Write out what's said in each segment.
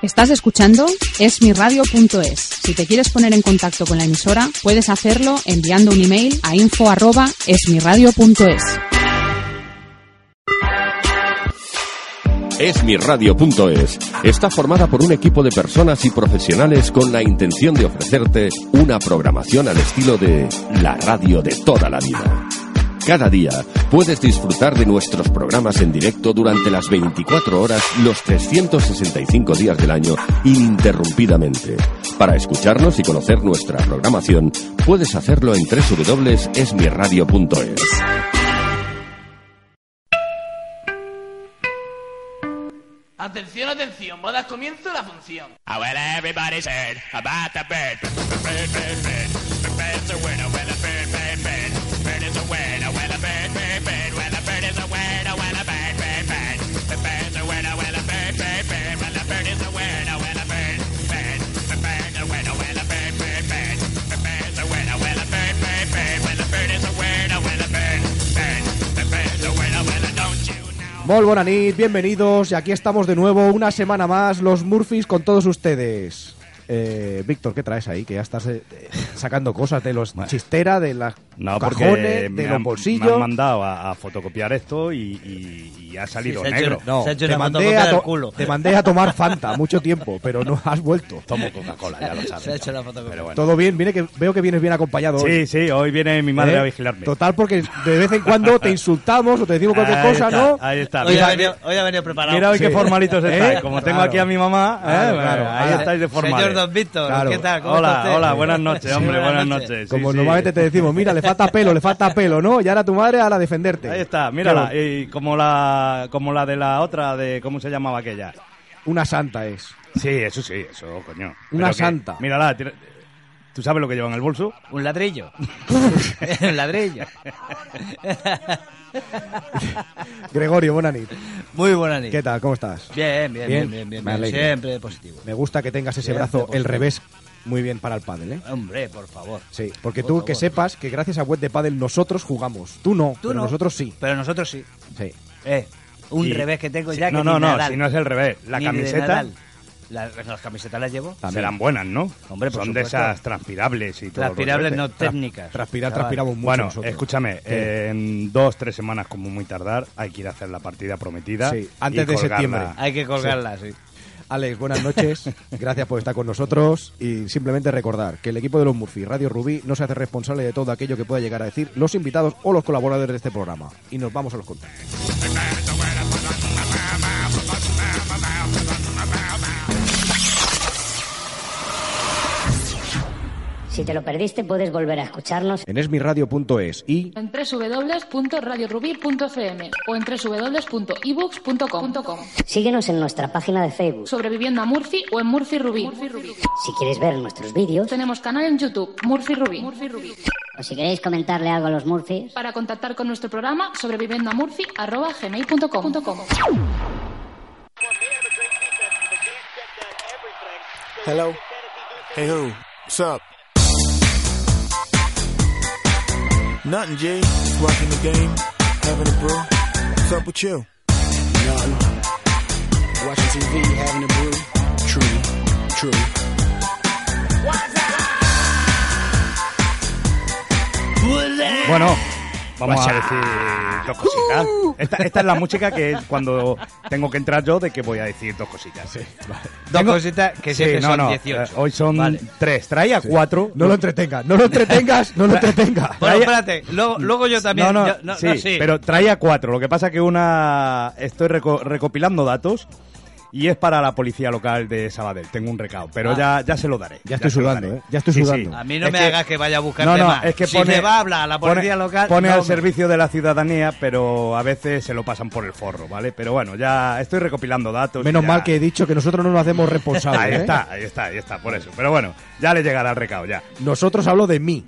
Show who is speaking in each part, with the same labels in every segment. Speaker 1: Estás escuchando esmiradio.es. Si te quieres poner en contacto con la emisora, puedes hacerlo enviando un email a info@esmiradio.es.
Speaker 2: Esmirradio.es está formada por un equipo de personas y profesionales con la intención de ofrecerte una programación al estilo de la radio de toda la vida. Cada día puedes disfrutar de nuestros programas en directo durante las 24 horas, los 365 días del año, ininterrumpidamente. Para escucharnos y conocer nuestra programación, puedes hacerlo en www.esmirradio.es.
Speaker 3: Atención, atención, bodas comienzo la función.
Speaker 4: Oh, well, everybody's heard about the bird. Bird, bird, bird. The bird's a word. Oh, well, a bird, bird, bird. Bird is a word. Oh, well, a bird, bird, bird. Well, a bird is a word. Oh, well, a bird, bird, bird. The bird's a word. Oh, well, a bird, bird, bird. Well, a bird is a word. Oh, well, a bird, bird. The bird's a word. Oh, well, a bird, bird, bird. The bird's a word. Oh, well, a bird, bird, bird. Well, a bird is a word. Oh, well, a bird, bird. The bird's a word. Oh, well, don't you know?
Speaker 5: Mol Bonanit, bienvenidos y aquí estamos de nuevo una semana más los Murphys con todos ustedes. Eh, Víctor, ¿qué traes ahí? Que ya estás eh, eh, sacando cosas de los chistera, de las
Speaker 6: No, porque
Speaker 5: cajones,
Speaker 6: me
Speaker 5: de los
Speaker 6: han, me han
Speaker 5: bolsillos.
Speaker 6: mandado a, a fotocopiar esto y, y- y ha salido
Speaker 7: se ha hecho-
Speaker 6: negro.
Speaker 5: No,
Speaker 7: Se ha hecho
Speaker 5: te
Speaker 7: una
Speaker 5: mandé,
Speaker 7: fotocopia
Speaker 5: a
Speaker 7: del
Speaker 5: to-
Speaker 7: culo.
Speaker 5: te mandé a tomar Fanta mucho tiempo, pero no has vuelto.
Speaker 6: Tomo Coca-Cola, ya lo sabes.
Speaker 7: Se ha hecho la fotocopia.
Speaker 6: Pero bueno.
Speaker 5: Todo bien, viene que veo que vienes bien acompañado. hoy.
Speaker 6: Sí, sí, hoy viene mi madre
Speaker 5: ¿Eh?
Speaker 6: a vigilarme.
Speaker 5: Total, porque de vez en cuando te insultamos o te decimos cualquier
Speaker 6: Ahí
Speaker 5: cosa,
Speaker 6: está,
Speaker 5: ¿no?
Speaker 6: Ahí está.
Speaker 7: Hoy ha
Speaker 6: Mira,
Speaker 7: venido, hoy ha venido preparado.
Speaker 6: mira hoy
Speaker 5: Sí.
Speaker 6: qué formalitos estáis.
Speaker 5: ¿Eh?
Speaker 6: Como tengo
Speaker 5: Claro.
Speaker 6: aquí a mi mamá, ¿eh?
Speaker 5: Claro,
Speaker 6: Bueno,
Speaker 5: claro.
Speaker 6: ahí estáis de formales.
Speaker 7: Señor Don Víctor,
Speaker 5: Claro.
Speaker 7: ¿qué tal? ¿Cómo
Speaker 6: hola,
Speaker 7: está usted?
Speaker 6: hola, buenas noches,
Speaker 7: Sí,
Speaker 6: hombre, buenas noches. Sí,
Speaker 5: Como
Speaker 6: sí.
Speaker 5: normalmente te decimos, mira, le falta pelo, le falta pelo, ¿no? Y ahora tu madre, ahora a defenderte.
Speaker 6: Ahí está, mírala. eh.
Speaker 5: Claro,
Speaker 6: Y como la, como la de la otra, de ¿cómo se llamaba aquella?
Speaker 5: una santa es.
Speaker 6: Sí, eso sí, eso, coño.
Speaker 5: Una
Speaker 6: Pero que-
Speaker 5: santa.
Speaker 6: mírala, tiene- ¿tú sabes lo que lleva en el bolso?
Speaker 7: Un ladrillo. un ladrillo.
Speaker 5: Gregorio, Bonanit.
Speaker 7: Muy buena
Speaker 5: ¿Qué tal? ¿Cómo estás?
Speaker 7: Bien,
Speaker 5: Bien,
Speaker 7: bien, bien, bien, bien,
Speaker 5: me
Speaker 7: bien.
Speaker 5: alegro.
Speaker 7: Siempre positivo.
Speaker 5: Me gusta que tengas ese
Speaker 7: Bien,
Speaker 5: brazo
Speaker 7: por
Speaker 5: el
Speaker 7: favor.
Speaker 5: revés muy bien para el pádel, ¿eh?
Speaker 7: Hombre, por favor.
Speaker 5: Sí, porque
Speaker 7: Por
Speaker 5: tú
Speaker 7: favor.
Speaker 5: que sepas que gracias a Web de Padel nosotros jugamos. Tú no,
Speaker 7: Tú
Speaker 5: pero
Speaker 7: no.
Speaker 5: nosotros sí.
Speaker 7: Pero nosotros sí.
Speaker 5: Sí.
Speaker 7: Eh, un
Speaker 6: Y-
Speaker 7: revés que tengo
Speaker 6: Sí,
Speaker 7: ya que
Speaker 6: No,
Speaker 7: ni
Speaker 6: no, no,
Speaker 7: Nadal,
Speaker 6: si no es el revés. La
Speaker 7: ni de
Speaker 6: camiseta
Speaker 7: Nadal. La- las camisetas las llevo.
Speaker 5: También.
Speaker 6: serán buenas, ¿no?
Speaker 7: Hombre, por
Speaker 6: Son de
Speaker 7: supuesto.
Speaker 6: esas transpirables y todo. el
Speaker 7: Transpirables,
Speaker 6: rollo
Speaker 7: no
Speaker 6: este.
Speaker 7: técnicas.
Speaker 5: Transpirar,
Speaker 7: chaval.
Speaker 5: transpiramos mucho
Speaker 6: Bueno,
Speaker 5: nosotros.
Speaker 6: escúchame, eh, en dos, tres semanas como muy tardar hay que ir a hacer la partida prometida.
Speaker 5: Sí,
Speaker 6: y
Speaker 5: antes de
Speaker 6: colgarla.
Speaker 5: septiembre.
Speaker 7: Hay que colgarlas, sí.
Speaker 5: Alex, buenas noches. Gracias por estar con nosotros. Y simplemente recordar que el equipo de los Murphy, Radio Rubí, no se hace responsable de todo aquello que pueda llegar a decir los invitados o los colaboradores de este programa. Y nos vamos a los contactos.
Speaker 8: Si te lo perdiste, puedes volver a escucharnos
Speaker 5: En esmiradio.es y
Speaker 9: en www.radiorubí.fm o en www.ebooks.com
Speaker 8: síguenos en nuestra página de Facebook.
Speaker 9: sobre vivienda Murphy o en Murphy Rubí.
Speaker 8: Si quieres ver nuestros vídeos
Speaker 9: Tenemos canal en YouTube, Murphy Rubí.
Speaker 8: o si queréis comentarle algo a los Murphys,
Speaker 9: Para contactar con nuestro programa, sobrevivendamurphy.com.
Speaker 10: Hello. Hey who? What's up? Nothing, G. Just watching the game, having a brew. What's up with you? Nothing. Watching TV, having a brew. True. True.
Speaker 6: Bueno,
Speaker 7: Pues
Speaker 6: vamos a decir dos cositas.
Speaker 7: Uh.
Speaker 6: Esta, esta es la música que es cuando tengo que entrar yo de que voy a decir dos cositas.
Speaker 7: Dos
Speaker 6: Tengo-
Speaker 7: cositas que
Speaker 6: Sí,
Speaker 7: siempre
Speaker 6: no,
Speaker 7: son
Speaker 6: no,
Speaker 7: 18.
Speaker 6: eh, hoy son
Speaker 7: Vale.
Speaker 6: tres, trae a cuatro.
Speaker 5: no lo entretengas, no lo entretengas, no lo entretengas.
Speaker 7: Bueno,
Speaker 6: Vaya-
Speaker 7: espérate. Luego, luego yo también.
Speaker 6: No, no,
Speaker 7: yo- no,
Speaker 6: sí,
Speaker 7: no, sí.
Speaker 6: pero traía cuatro. Lo que pasa que una... Estoy reco- recopilando datos y es para la policía local de Sabadell. Tengo un recado, pero ya,
Speaker 7: Ah.
Speaker 6: ya se lo daré.
Speaker 5: Ya estoy
Speaker 6: se lo
Speaker 5: sudando,
Speaker 6: daré.
Speaker 5: ¿eh? Ya estoy
Speaker 6: Sí, sí.
Speaker 5: sudando.
Speaker 7: A mí no
Speaker 6: Es
Speaker 7: me
Speaker 6: que-
Speaker 7: hagas que vaya a buscar
Speaker 6: no, no,
Speaker 7: más.
Speaker 6: es que
Speaker 7: si
Speaker 6: pone,
Speaker 7: me va a hablar la policía
Speaker 6: pone-
Speaker 7: local.
Speaker 6: Pone
Speaker 7: no,
Speaker 6: al
Speaker 7: me-
Speaker 6: servicio de la ciudadanía, pero a veces se lo pasan por el forro, ¿vale? Pero bueno, ya estoy recopilando datos. y
Speaker 5: Menos
Speaker 6: ya-
Speaker 5: mal que he dicho que nosotros no nos hacemos responsables.
Speaker 6: Ahí
Speaker 5: ¿eh?
Speaker 6: está, ahí está, ahí está, por eso. Pero bueno, ya le llegará el recado, ya.
Speaker 5: Nosotros hablo de mí.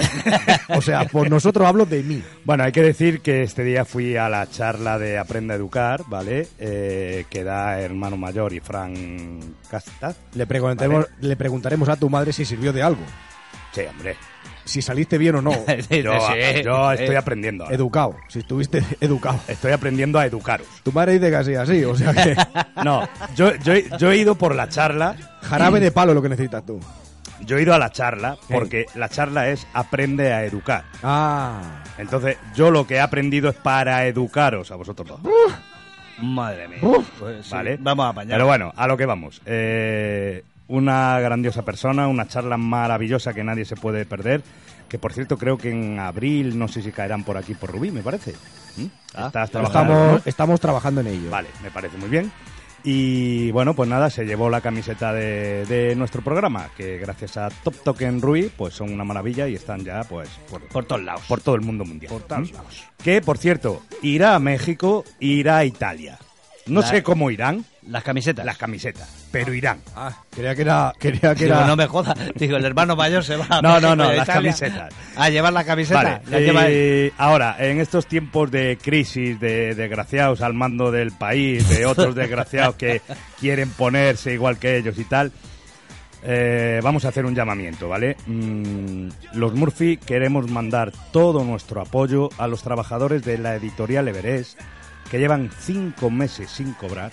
Speaker 5: O sea, por nosotros hablo de mí.
Speaker 6: Bueno, hay que decir que este día fui a la charla de Aprenda a Educar, ¿vale? Eh, que da hermano mayor y Fran Castaz.
Speaker 5: Le preguntaremos, le preguntaremos a tu madre si sirvió de algo.
Speaker 6: Sí, hombre.
Speaker 5: Si saliste bien o no.
Speaker 6: Yo, yo
Speaker 7: Eh,
Speaker 6: estoy aprendiendo. ahora.
Speaker 5: Educado. Si estuviste educado.
Speaker 6: Estoy aprendiendo a educaros.
Speaker 5: Tu madre dice casi así, o sea que...
Speaker 6: No, yo, yo, yo he ido por la charla.
Speaker 5: Jarabe de palo es lo que necesitas tú.
Speaker 6: Yo he ido a la charla porque la charla es aprende a educar.
Speaker 5: Ah.
Speaker 6: Entonces, yo lo que he aprendido es para educaros a vosotros dos.
Speaker 7: Madre mía. Pues sí,
Speaker 6: Vale.
Speaker 7: Vamos a apañar.
Speaker 6: Pero bueno, a lo que vamos. Eh, una grandiosa persona, una charla maravillosa que nadie se puede perder. Que por cierto, creo que en abril, no sé si caerán por aquí por Rubí, me parece. ¿Mm?
Speaker 7: Ah,
Speaker 6: Estás trabajando.
Speaker 5: Estamos,
Speaker 6: ¿no?
Speaker 5: estamos trabajando en ello.
Speaker 6: Vale, me parece muy bien. Y bueno, pues nada, se llevó la camiseta de, de nuestro programa, que gracias a Top Token Rui, pues son una maravilla y están ya pues por,
Speaker 7: Por todos lados.
Speaker 6: por todo el mundo mundial.
Speaker 7: Por todos
Speaker 6: ¿Mm?
Speaker 7: lados.
Speaker 6: Que por cierto, irá a México, irá a Italia. No
Speaker 7: La-
Speaker 6: sé cómo irán,
Speaker 7: Las camisetas.
Speaker 6: las camisetas, pero irán.
Speaker 5: Ah, creía que era... Creía que
Speaker 7: Digo,
Speaker 5: era...
Speaker 7: no me jodas. Digo, el hermano mayor se va a
Speaker 6: No, no,
Speaker 7: México
Speaker 6: no,
Speaker 7: y a
Speaker 6: las
Speaker 7: Italia
Speaker 6: camisetas.
Speaker 7: A llevar la camiseta.
Speaker 6: Vale,
Speaker 7: La lleva él.
Speaker 6: eh, ahora, en estos tiempos de crisis, de desgraciados al mando del país, de otros desgraciados que quieren ponerse igual que ellos y tal, eh, vamos a hacer un llamamiento, ¿vale? Mm, los Murphy queremos mandar todo nuestro apoyo a los trabajadores de la editorial Everest, que llevan cinco meses sin cobrar,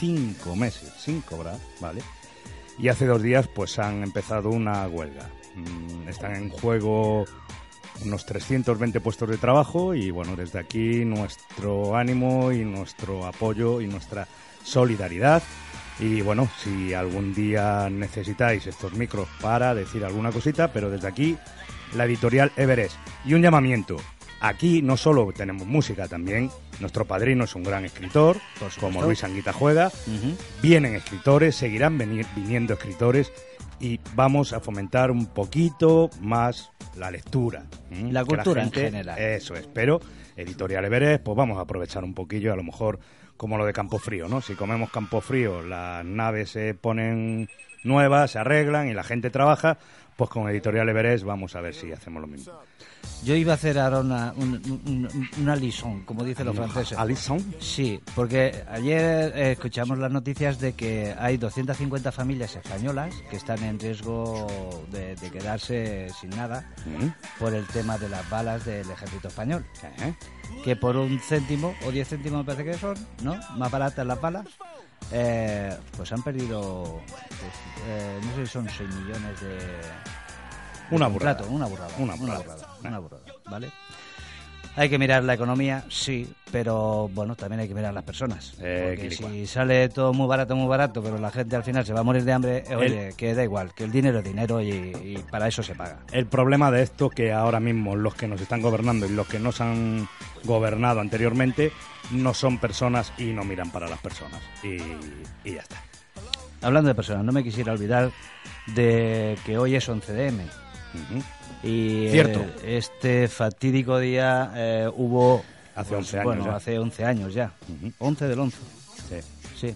Speaker 6: cinco meses sin cobrar, ¿vale? Y hace dos días pues han empezado una huelga. Mm, están en juego unos 320 puestos de trabajo y bueno, desde aquí nuestro ánimo y nuestro apoyo y nuestra solidaridad. Y bueno, si algún día necesitáis estos micros para decir alguna cosita, pero desde aquí la editorial Everest. Y un llamamiento. Aquí no solo tenemos música, también nuestro padrino es un gran escritor, como Luis Anguita Juega, vienen escritores, seguirán venir- viniendo escritores y vamos a fomentar un poquito más la lectura. ¿m?
Speaker 7: La
Speaker 6: Que
Speaker 7: cultura en general.
Speaker 6: Eso es, pero Editorial Everest, pues vamos a aprovechar un poquillo, a lo mejor como lo de Campo Frío, ¿no? Si comemos Campo Frío, las naves se ponen nuevas, se arreglan y la gente trabaja, pues con Editorial Everest vamos a ver si hacemos lo mismo.
Speaker 7: Yo iba a hacer ahora una, un- un- un- una lison, como dicen los franceses.
Speaker 6: Alison.
Speaker 7: Sí, porque ayer eh, escuchamos las noticias de que hay 250 familias españolas que están en riesgo de, de quedarse sin nada
Speaker 6: Mm,
Speaker 7: por el tema de las balas del ejército español.
Speaker 6: ajá.
Speaker 7: Que por un céntimo o diez céntimos me parece que son, ¿no? Más baratas las balas. eh, pues han perdido, pues, eh, no sé si son 6 millones de... de
Speaker 6: Una
Speaker 7: contrato,
Speaker 6: burrada.
Speaker 7: Una burrada.
Speaker 6: Una burrada. Eh.
Speaker 7: una burrada, ¿vale? Hay que mirar la economía, sí, pero bueno, también hay que mirar las personas.
Speaker 6: Eh,
Speaker 7: porque
Speaker 6: quilicua.
Speaker 7: si sale todo muy barato, muy barato, pero la gente al final se va a morir de hambre, eh, oye, que da igual, que el dinero es dinero y, y para eso se paga.
Speaker 6: El problema de esto es que ahora mismo los que nos están gobernando y los que nos han gobernado anteriormente no son personas y no miran para las personas. Y, y ya está.
Speaker 7: Hablando de personas, no me quisiera olvidar de que hoy es 11 de M.
Speaker 6: Ujú.
Speaker 7: Y eh,
Speaker 6: Cierto.
Speaker 7: este fatídico día eh, hubo... pues,
Speaker 6: Hace 11 años
Speaker 7: Bueno,
Speaker 6: ya.
Speaker 7: hace 11 años ya.
Speaker 6: Ujú.
Speaker 7: 11 del 11.
Speaker 6: Sí.
Speaker 7: Sí.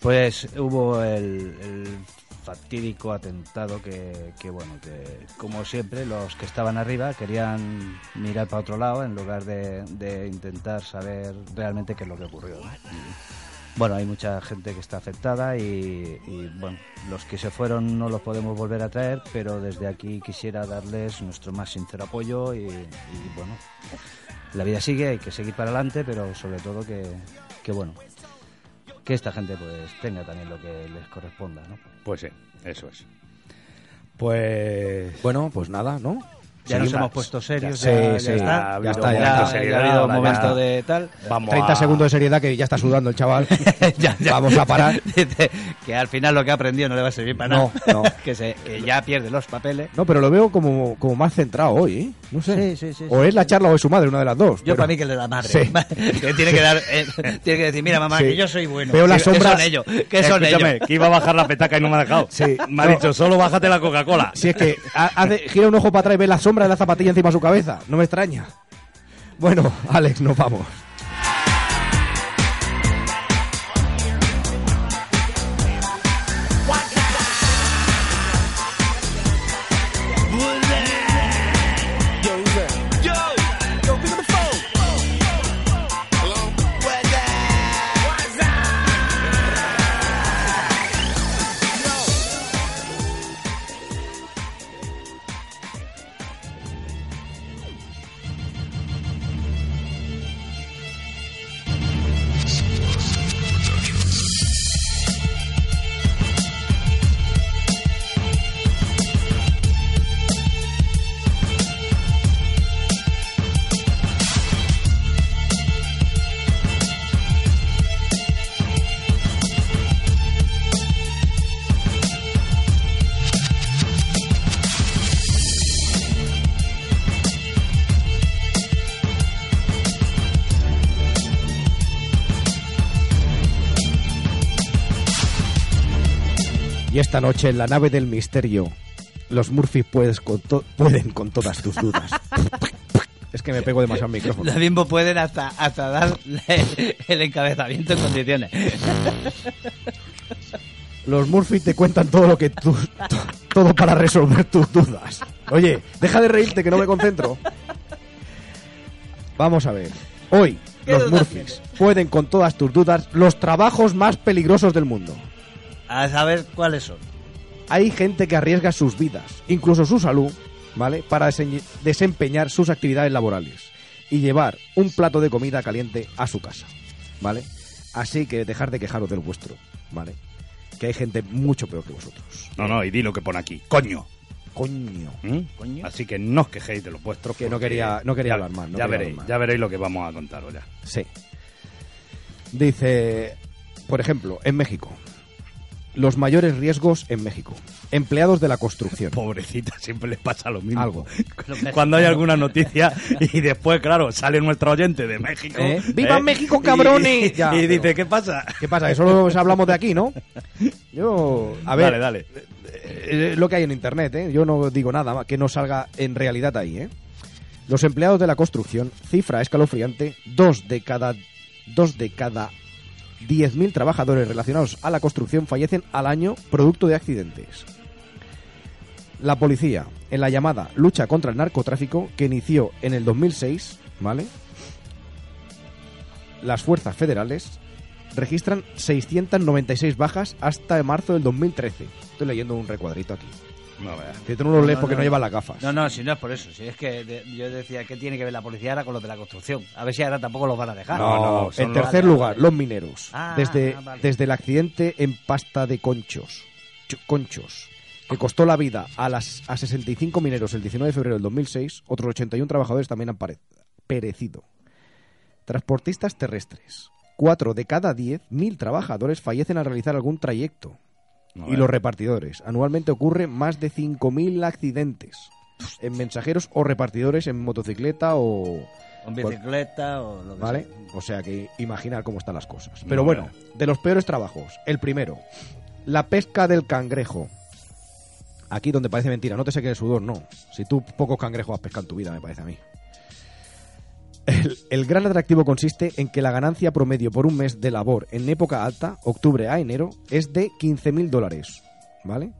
Speaker 7: Pues hubo el, el fatídico atentado que, que, bueno, que como siempre los que estaban arriba querían mirar para otro lado en lugar de, de intentar saber realmente qué es lo que ocurrió. ¿no? Y, Bueno, hay mucha gente que está afectada y, y, bueno, los que se fueron no los podemos volver a traer, pero desde aquí quisiera darles nuestro más sincero apoyo y, y, bueno, la vida sigue, hay que seguir para adelante, pero sobre todo que, que bueno, que esta gente pues tenga también lo que les corresponda, ¿no?
Speaker 6: Pues sí, eso es. Pues
Speaker 5: Bueno, pues nada, ¿no?
Speaker 7: Ya nos
Speaker 6: Sí,
Speaker 7: hemos
Speaker 6: Max.
Speaker 7: puesto serios,
Speaker 5: Sí,
Speaker 7: ya, ya
Speaker 5: sí.
Speaker 7: está.
Speaker 5: Ya está, ya
Speaker 7: Ya-
Speaker 5: está.
Speaker 7: ya ha habido un
Speaker 5: Ahora
Speaker 7: momento
Speaker 5: ya-
Speaker 7: de tal.
Speaker 5: 30 segundos de seriedad que ya está sudando el chaval. Vamos a parar.
Speaker 7: Dice que al final lo que ha aprendido no le va a servir para
Speaker 5: No,
Speaker 7: nada.
Speaker 5: no.
Speaker 7: que, se, que ya pierde los papeles.
Speaker 5: No, pero lo veo como, como más centrado hoy, ¿eh? No sé.
Speaker 7: Sí, sí, sí,
Speaker 5: o
Speaker 7: sí,
Speaker 5: es la charla o es su madre, una de las dos.
Speaker 7: Yo
Speaker 5: pero-
Speaker 7: para mí que le da madre.
Speaker 5: Sí.
Speaker 7: que tiene que dar, eh, tiene que decir, mira mamá,
Speaker 5: Sí.
Speaker 7: que yo soy bueno.
Speaker 5: Veo la
Speaker 7: ¿Qué- qué
Speaker 5: sombra-
Speaker 7: son ellos? ¿Qué son ellos?
Speaker 6: Escúchame, que iba a bajar la petaca y no me ha dejado.
Speaker 5: Sí.
Speaker 6: Me ha
Speaker 5: No.
Speaker 6: dicho, solo bájate la Coca-Cola.
Speaker 5: Si es que ha- hace- gira un ojo para atrás y ve la sombra de la zapatilla encima de su cabeza. No me extraña. Bueno, Alex, nos vamos.
Speaker 10: Yo, who's that? Yo, yo, pick up the phone. Hello? What's that? What's that?
Speaker 5: Y esta noche en la nave del misterio, los Murphy puedes con to- pueden con todas tus dudas. es que me pego demasiado al micrófono.
Speaker 7: Lo mismo pueden hasta, hasta dar el encabezamiento en condiciones.
Speaker 5: Los Murphy te cuentan todo lo que tú... to- Todo para resolver tus dudas. Oye, deja de reírte que no me concentro. Vamos a ver. Hoy,
Speaker 7: ¿Qué
Speaker 5: los
Speaker 7: dudas
Speaker 5: Murphys pueden con todas tus dudas los trabajos más peligrosos del mundo.
Speaker 7: A saber cuáles son.
Speaker 5: Hay gente que arriesga sus vidas, incluso su salud, ¿vale? Para dese- desempeñar sus actividades laborales y llevar un plato de comida caliente a su casa, ¿vale? Así que dejar de quejaros del vuestro, ¿vale? Que hay gente mucho peor que vosotros.
Speaker 6: No, no, y di lo que pone aquí. Coño.
Speaker 5: Coño.
Speaker 6: ¿Mm? Así que no os quejéis de los vuestros.
Speaker 5: Que no
Speaker 6: porque
Speaker 5: quería- no quería
Speaker 6: ya-
Speaker 5: hablar más, no
Speaker 6: ya
Speaker 5: quería
Speaker 6: veréis,
Speaker 5: hablar más.
Speaker 6: ya veréis lo que vamos a contaros ya.
Speaker 5: Sí. Dice, por ejemplo, en México. Los mayores riesgos en México. Empleados de la construcción.
Speaker 6: Pobrecita, siempre les pasa lo mismo.
Speaker 5: Algo.
Speaker 6: Cuando hay alguna noticia y después, claro, sale nuestro oyente de México.
Speaker 5: ¿Eh? ¡Viva México,
Speaker 6: Y-
Speaker 5: cabrones!
Speaker 6: Y,
Speaker 5: Ya,
Speaker 6: y
Speaker 5: pero-
Speaker 6: dice, ¿qué pasa?
Speaker 5: ¿Qué pasa? Que solo hablamos de aquí, ¿no? Yo, a ver,
Speaker 6: Dale, dale.
Speaker 5: eh, lo que hay en internet, ¿eh? Yo no digo nada más que no salga en realidad ahí, ¿eh? Los empleados de la construcción, cifra escalofriante, dos de cada dos de cada 10.000 trabajadores relacionados a la construcción fallecen al año producto de accidentes. La policía, en la llamada lucha contra el narcotráfico que inició en el 2006, ¿vale? Las fuerzas federales registran 696 bajas hasta marzo del 2013. Estoy leyendo un recuadrito aquí.
Speaker 6: No, vea.
Speaker 5: Que tú no lo lees porque no, llevas las gafas.
Speaker 7: No, no, si no es por eso. Si es que de- yo decía, ¿qué tiene que ver la policía ahora con los de la construcción? A ver si ahora tampoco los van a dejar.
Speaker 6: No, no, son
Speaker 5: en
Speaker 6: los-
Speaker 5: tercer
Speaker 7: Vale,
Speaker 5: lugar,
Speaker 7: vale.
Speaker 5: los mineros.
Speaker 7: Ah,
Speaker 5: desde,
Speaker 7: ah, vale.
Speaker 5: desde el accidente en pasta de conchos. Ch- Conchos. Que costó la vida a, las, a 65 mineros el 19 de febrero del 2006. Otros 81 trabajadores también han pare- perecido. Transportistas terrestres. Cuatro de cada diez mil trabajadores fallecen al realizar algún trayecto.
Speaker 6: No,
Speaker 5: y
Speaker 6: vea.
Speaker 5: los repartidores. Anualmente ocurre más de 5.000 accidentes en mensajeros o repartidores en motocicleta o...
Speaker 7: Con bicicleta o lo que
Speaker 5: ¿Vale?
Speaker 7: sea. Mm.
Speaker 5: O sea que imaginar cómo están las cosas.
Speaker 6: No,
Speaker 5: Pero bueno,
Speaker 6: vea.
Speaker 5: de los peores trabajos. El primero, la pesca del cangrejo. Aquí donde parece mentira, no te seque el sudor, no. Si tú pocos cangrejos has pescado en tu vida, me parece a mí. El, el gran atractivo consiste en que la ganancia promedio por un mes de labor en época alta, octubre a enero, es de 15.000 dólares. ¿Vale?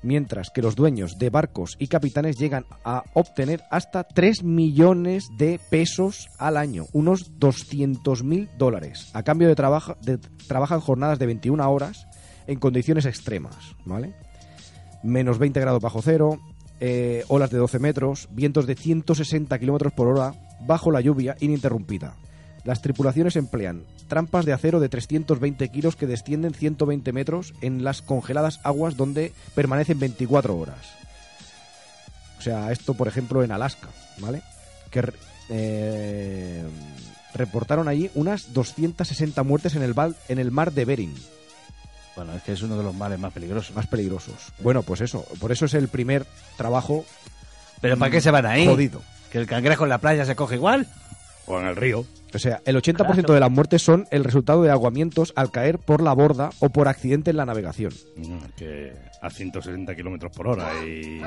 Speaker 5: Mientras que los dueños de barcos y capitanes llegan a obtener hasta 3 millones de pesos al año, unos 200.000 dólares, a cambio de, trabajo de trabajan jornadas de 21 horas en condiciones extremas, ¿vale? Menos 20 grados bajo cero, eh, olas de 12 metros, vientos de 160 kilómetros por hora, bajo la lluvia ininterrumpida. Las tripulaciones emplean trampas de acero de 320 kilos que descienden 120 metros en las congeladas aguas donde permanecen 24 horas. O sea, esto, por ejemplo, en Alaska, ¿vale? Que re- eh, reportaron allí unas 260 muertes en el, val- en el mar de Bering.
Speaker 7: Bueno, es que es uno de los males más peligrosos.
Speaker 5: Más peligrosos. Bueno, pues eso. Por eso es el primer trabajo.
Speaker 7: ¿Pero para qué se van ahí?
Speaker 5: Jodido.
Speaker 7: ¿Que el cangrejo en la playa se coge igual?
Speaker 6: O en el río.
Speaker 5: O sea, el 80% de las muertes son el resultado de aguamientos al caer por la borda o por accidente en la navegación.
Speaker 6: Mm, Que a 160 kilómetros por hora y,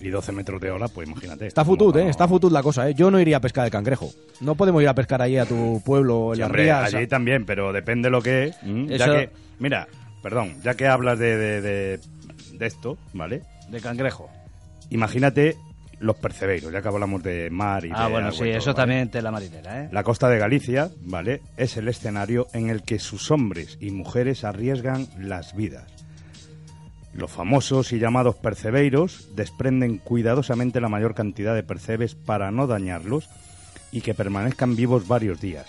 Speaker 6: y 12 metros de ola, pues imagínate.
Speaker 5: Está
Speaker 6: Como
Speaker 5: futud, ¿eh?
Speaker 6: no-
Speaker 5: Está futud la cosa, ¿eh? Yo no iría a pescar de cangrejo. No podemos ir a pescar allí a tu pueblo en
Speaker 6: Sí,
Speaker 5: las
Speaker 6: hombre,
Speaker 5: rías.
Speaker 6: allí también, pero depende lo que es. Ya
Speaker 7: Eso-
Speaker 6: que- mira, perdón, ya que hablas de, de, de- de esto, ¿vale?
Speaker 7: De cangrejo.
Speaker 6: Imagínate los percebeiros, ya que hablamos de mar y
Speaker 7: Ah,
Speaker 6: de
Speaker 7: bueno,
Speaker 6: agua y
Speaker 7: sí,
Speaker 6: todo,
Speaker 7: eso
Speaker 6: ¿vale?
Speaker 7: también te la marinera, ¿eh?
Speaker 6: La costa de Galicia, ¿vale? Es el escenario en el que sus hombres y mujeres arriesgan las vidas. Los famosos y llamados percebeiros desprenden cuidadosamente la mayor cantidad de percebes para no dañarlos y que permanezcan vivos varios días,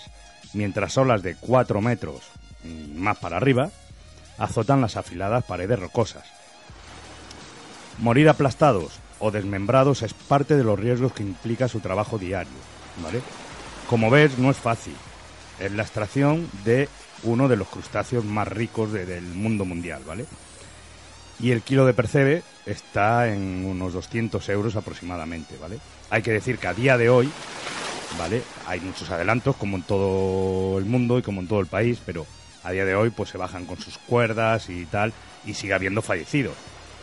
Speaker 6: mientras olas de 4 metros y más para arriba azotan las afiladas paredes rocosas. Morir aplastados o desmembrados es parte de los riesgos que implica su trabajo diario, ¿vale? Como ves, no es fácil. Es la extracción de uno de los crustáceos más ricos de- del mundo mundial, ¿vale? Y el kilo de percebe está en unos 200 euros aproximadamente, ¿vale? Hay que decir que a día de hoy, ¿vale? Hay muchos adelantos, como en todo el mundo y como en todo el país, pero a día de hoy pues se bajan con sus cuerdas y tal, y sigue habiendo fallecidos.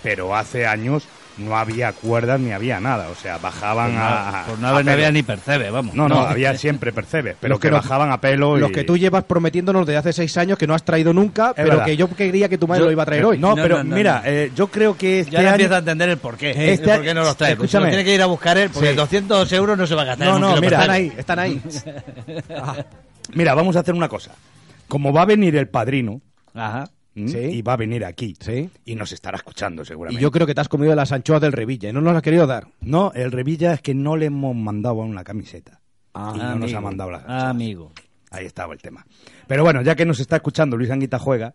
Speaker 6: Pero hace años no había cuerdas ni había nada, o sea, bajaban
Speaker 7: Por no-
Speaker 6: a...
Speaker 7: por
Speaker 6: a-
Speaker 7: no
Speaker 6: a
Speaker 7: haber-
Speaker 6: pelo.
Speaker 7: no había ni percebe, vamos.
Speaker 6: Ah. No, no,
Speaker 7: No.
Speaker 6: había siempre percebes, pero
Speaker 5: Los
Speaker 6: que,
Speaker 5: que no-
Speaker 6: bajaban a pelo y...
Speaker 5: Los que tú llevas prometiéndonos desde hace seis años que no has traído nunca, pero
Speaker 6: verdad.
Speaker 5: que yo quería que tu madre
Speaker 6: Yo-
Speaker 5: lo iba a traer
Speaker 6: que-
Speaker 5: hoy.
Speaker 6: no, No, pero no, no, mira, no. yo creo que
Speaker 7: Ya ahora empieza a entender el porqué. qué.
Speaker 6: Este-
Speaker 7: el por qué no los trae. Pues se
Speaker 6: escúchame.
Speaker 7: los tiene que ir a buscar él, porque
Speaker 6: Sí.
Speaker 7: 200 euros no se va a gastar.
Speaker 6: No,
Speaker 7: en un
Speaker 6: no,
Speaker 7: kilo de
Speaker 6: mira,
Speaker 7: percebe.
Speaker 5: están ahí.
Speaker 6: Mira, vamos a hacer una cosa. Como va a venir el padrino,
Speaker 7: Ajá.
Speaker 6: ¿m?
Speaker 5: Sí.
Speaker 6: y va a venir aquí,
Speaker 5: Sí.
Speaker 6: y nos estará escuchando
Speaker 5: Y
Speaker 6: seguramente.
Speaker 5: yo creo que te has comido las anchoas del Revilla y no nos las has querido dar.
Speaker 6: No, el Revilla es que no le hemos mandado aún la camiseta. y Ah, no nos
Speaker 7: Ah, Amigo.
Speaker 6: ha mandado la
Speaker 7: Amigo.
Speaker 6: Ahí estaba el tema. Pero bueno, ya que nos está escuchando Luis Anguita Juega,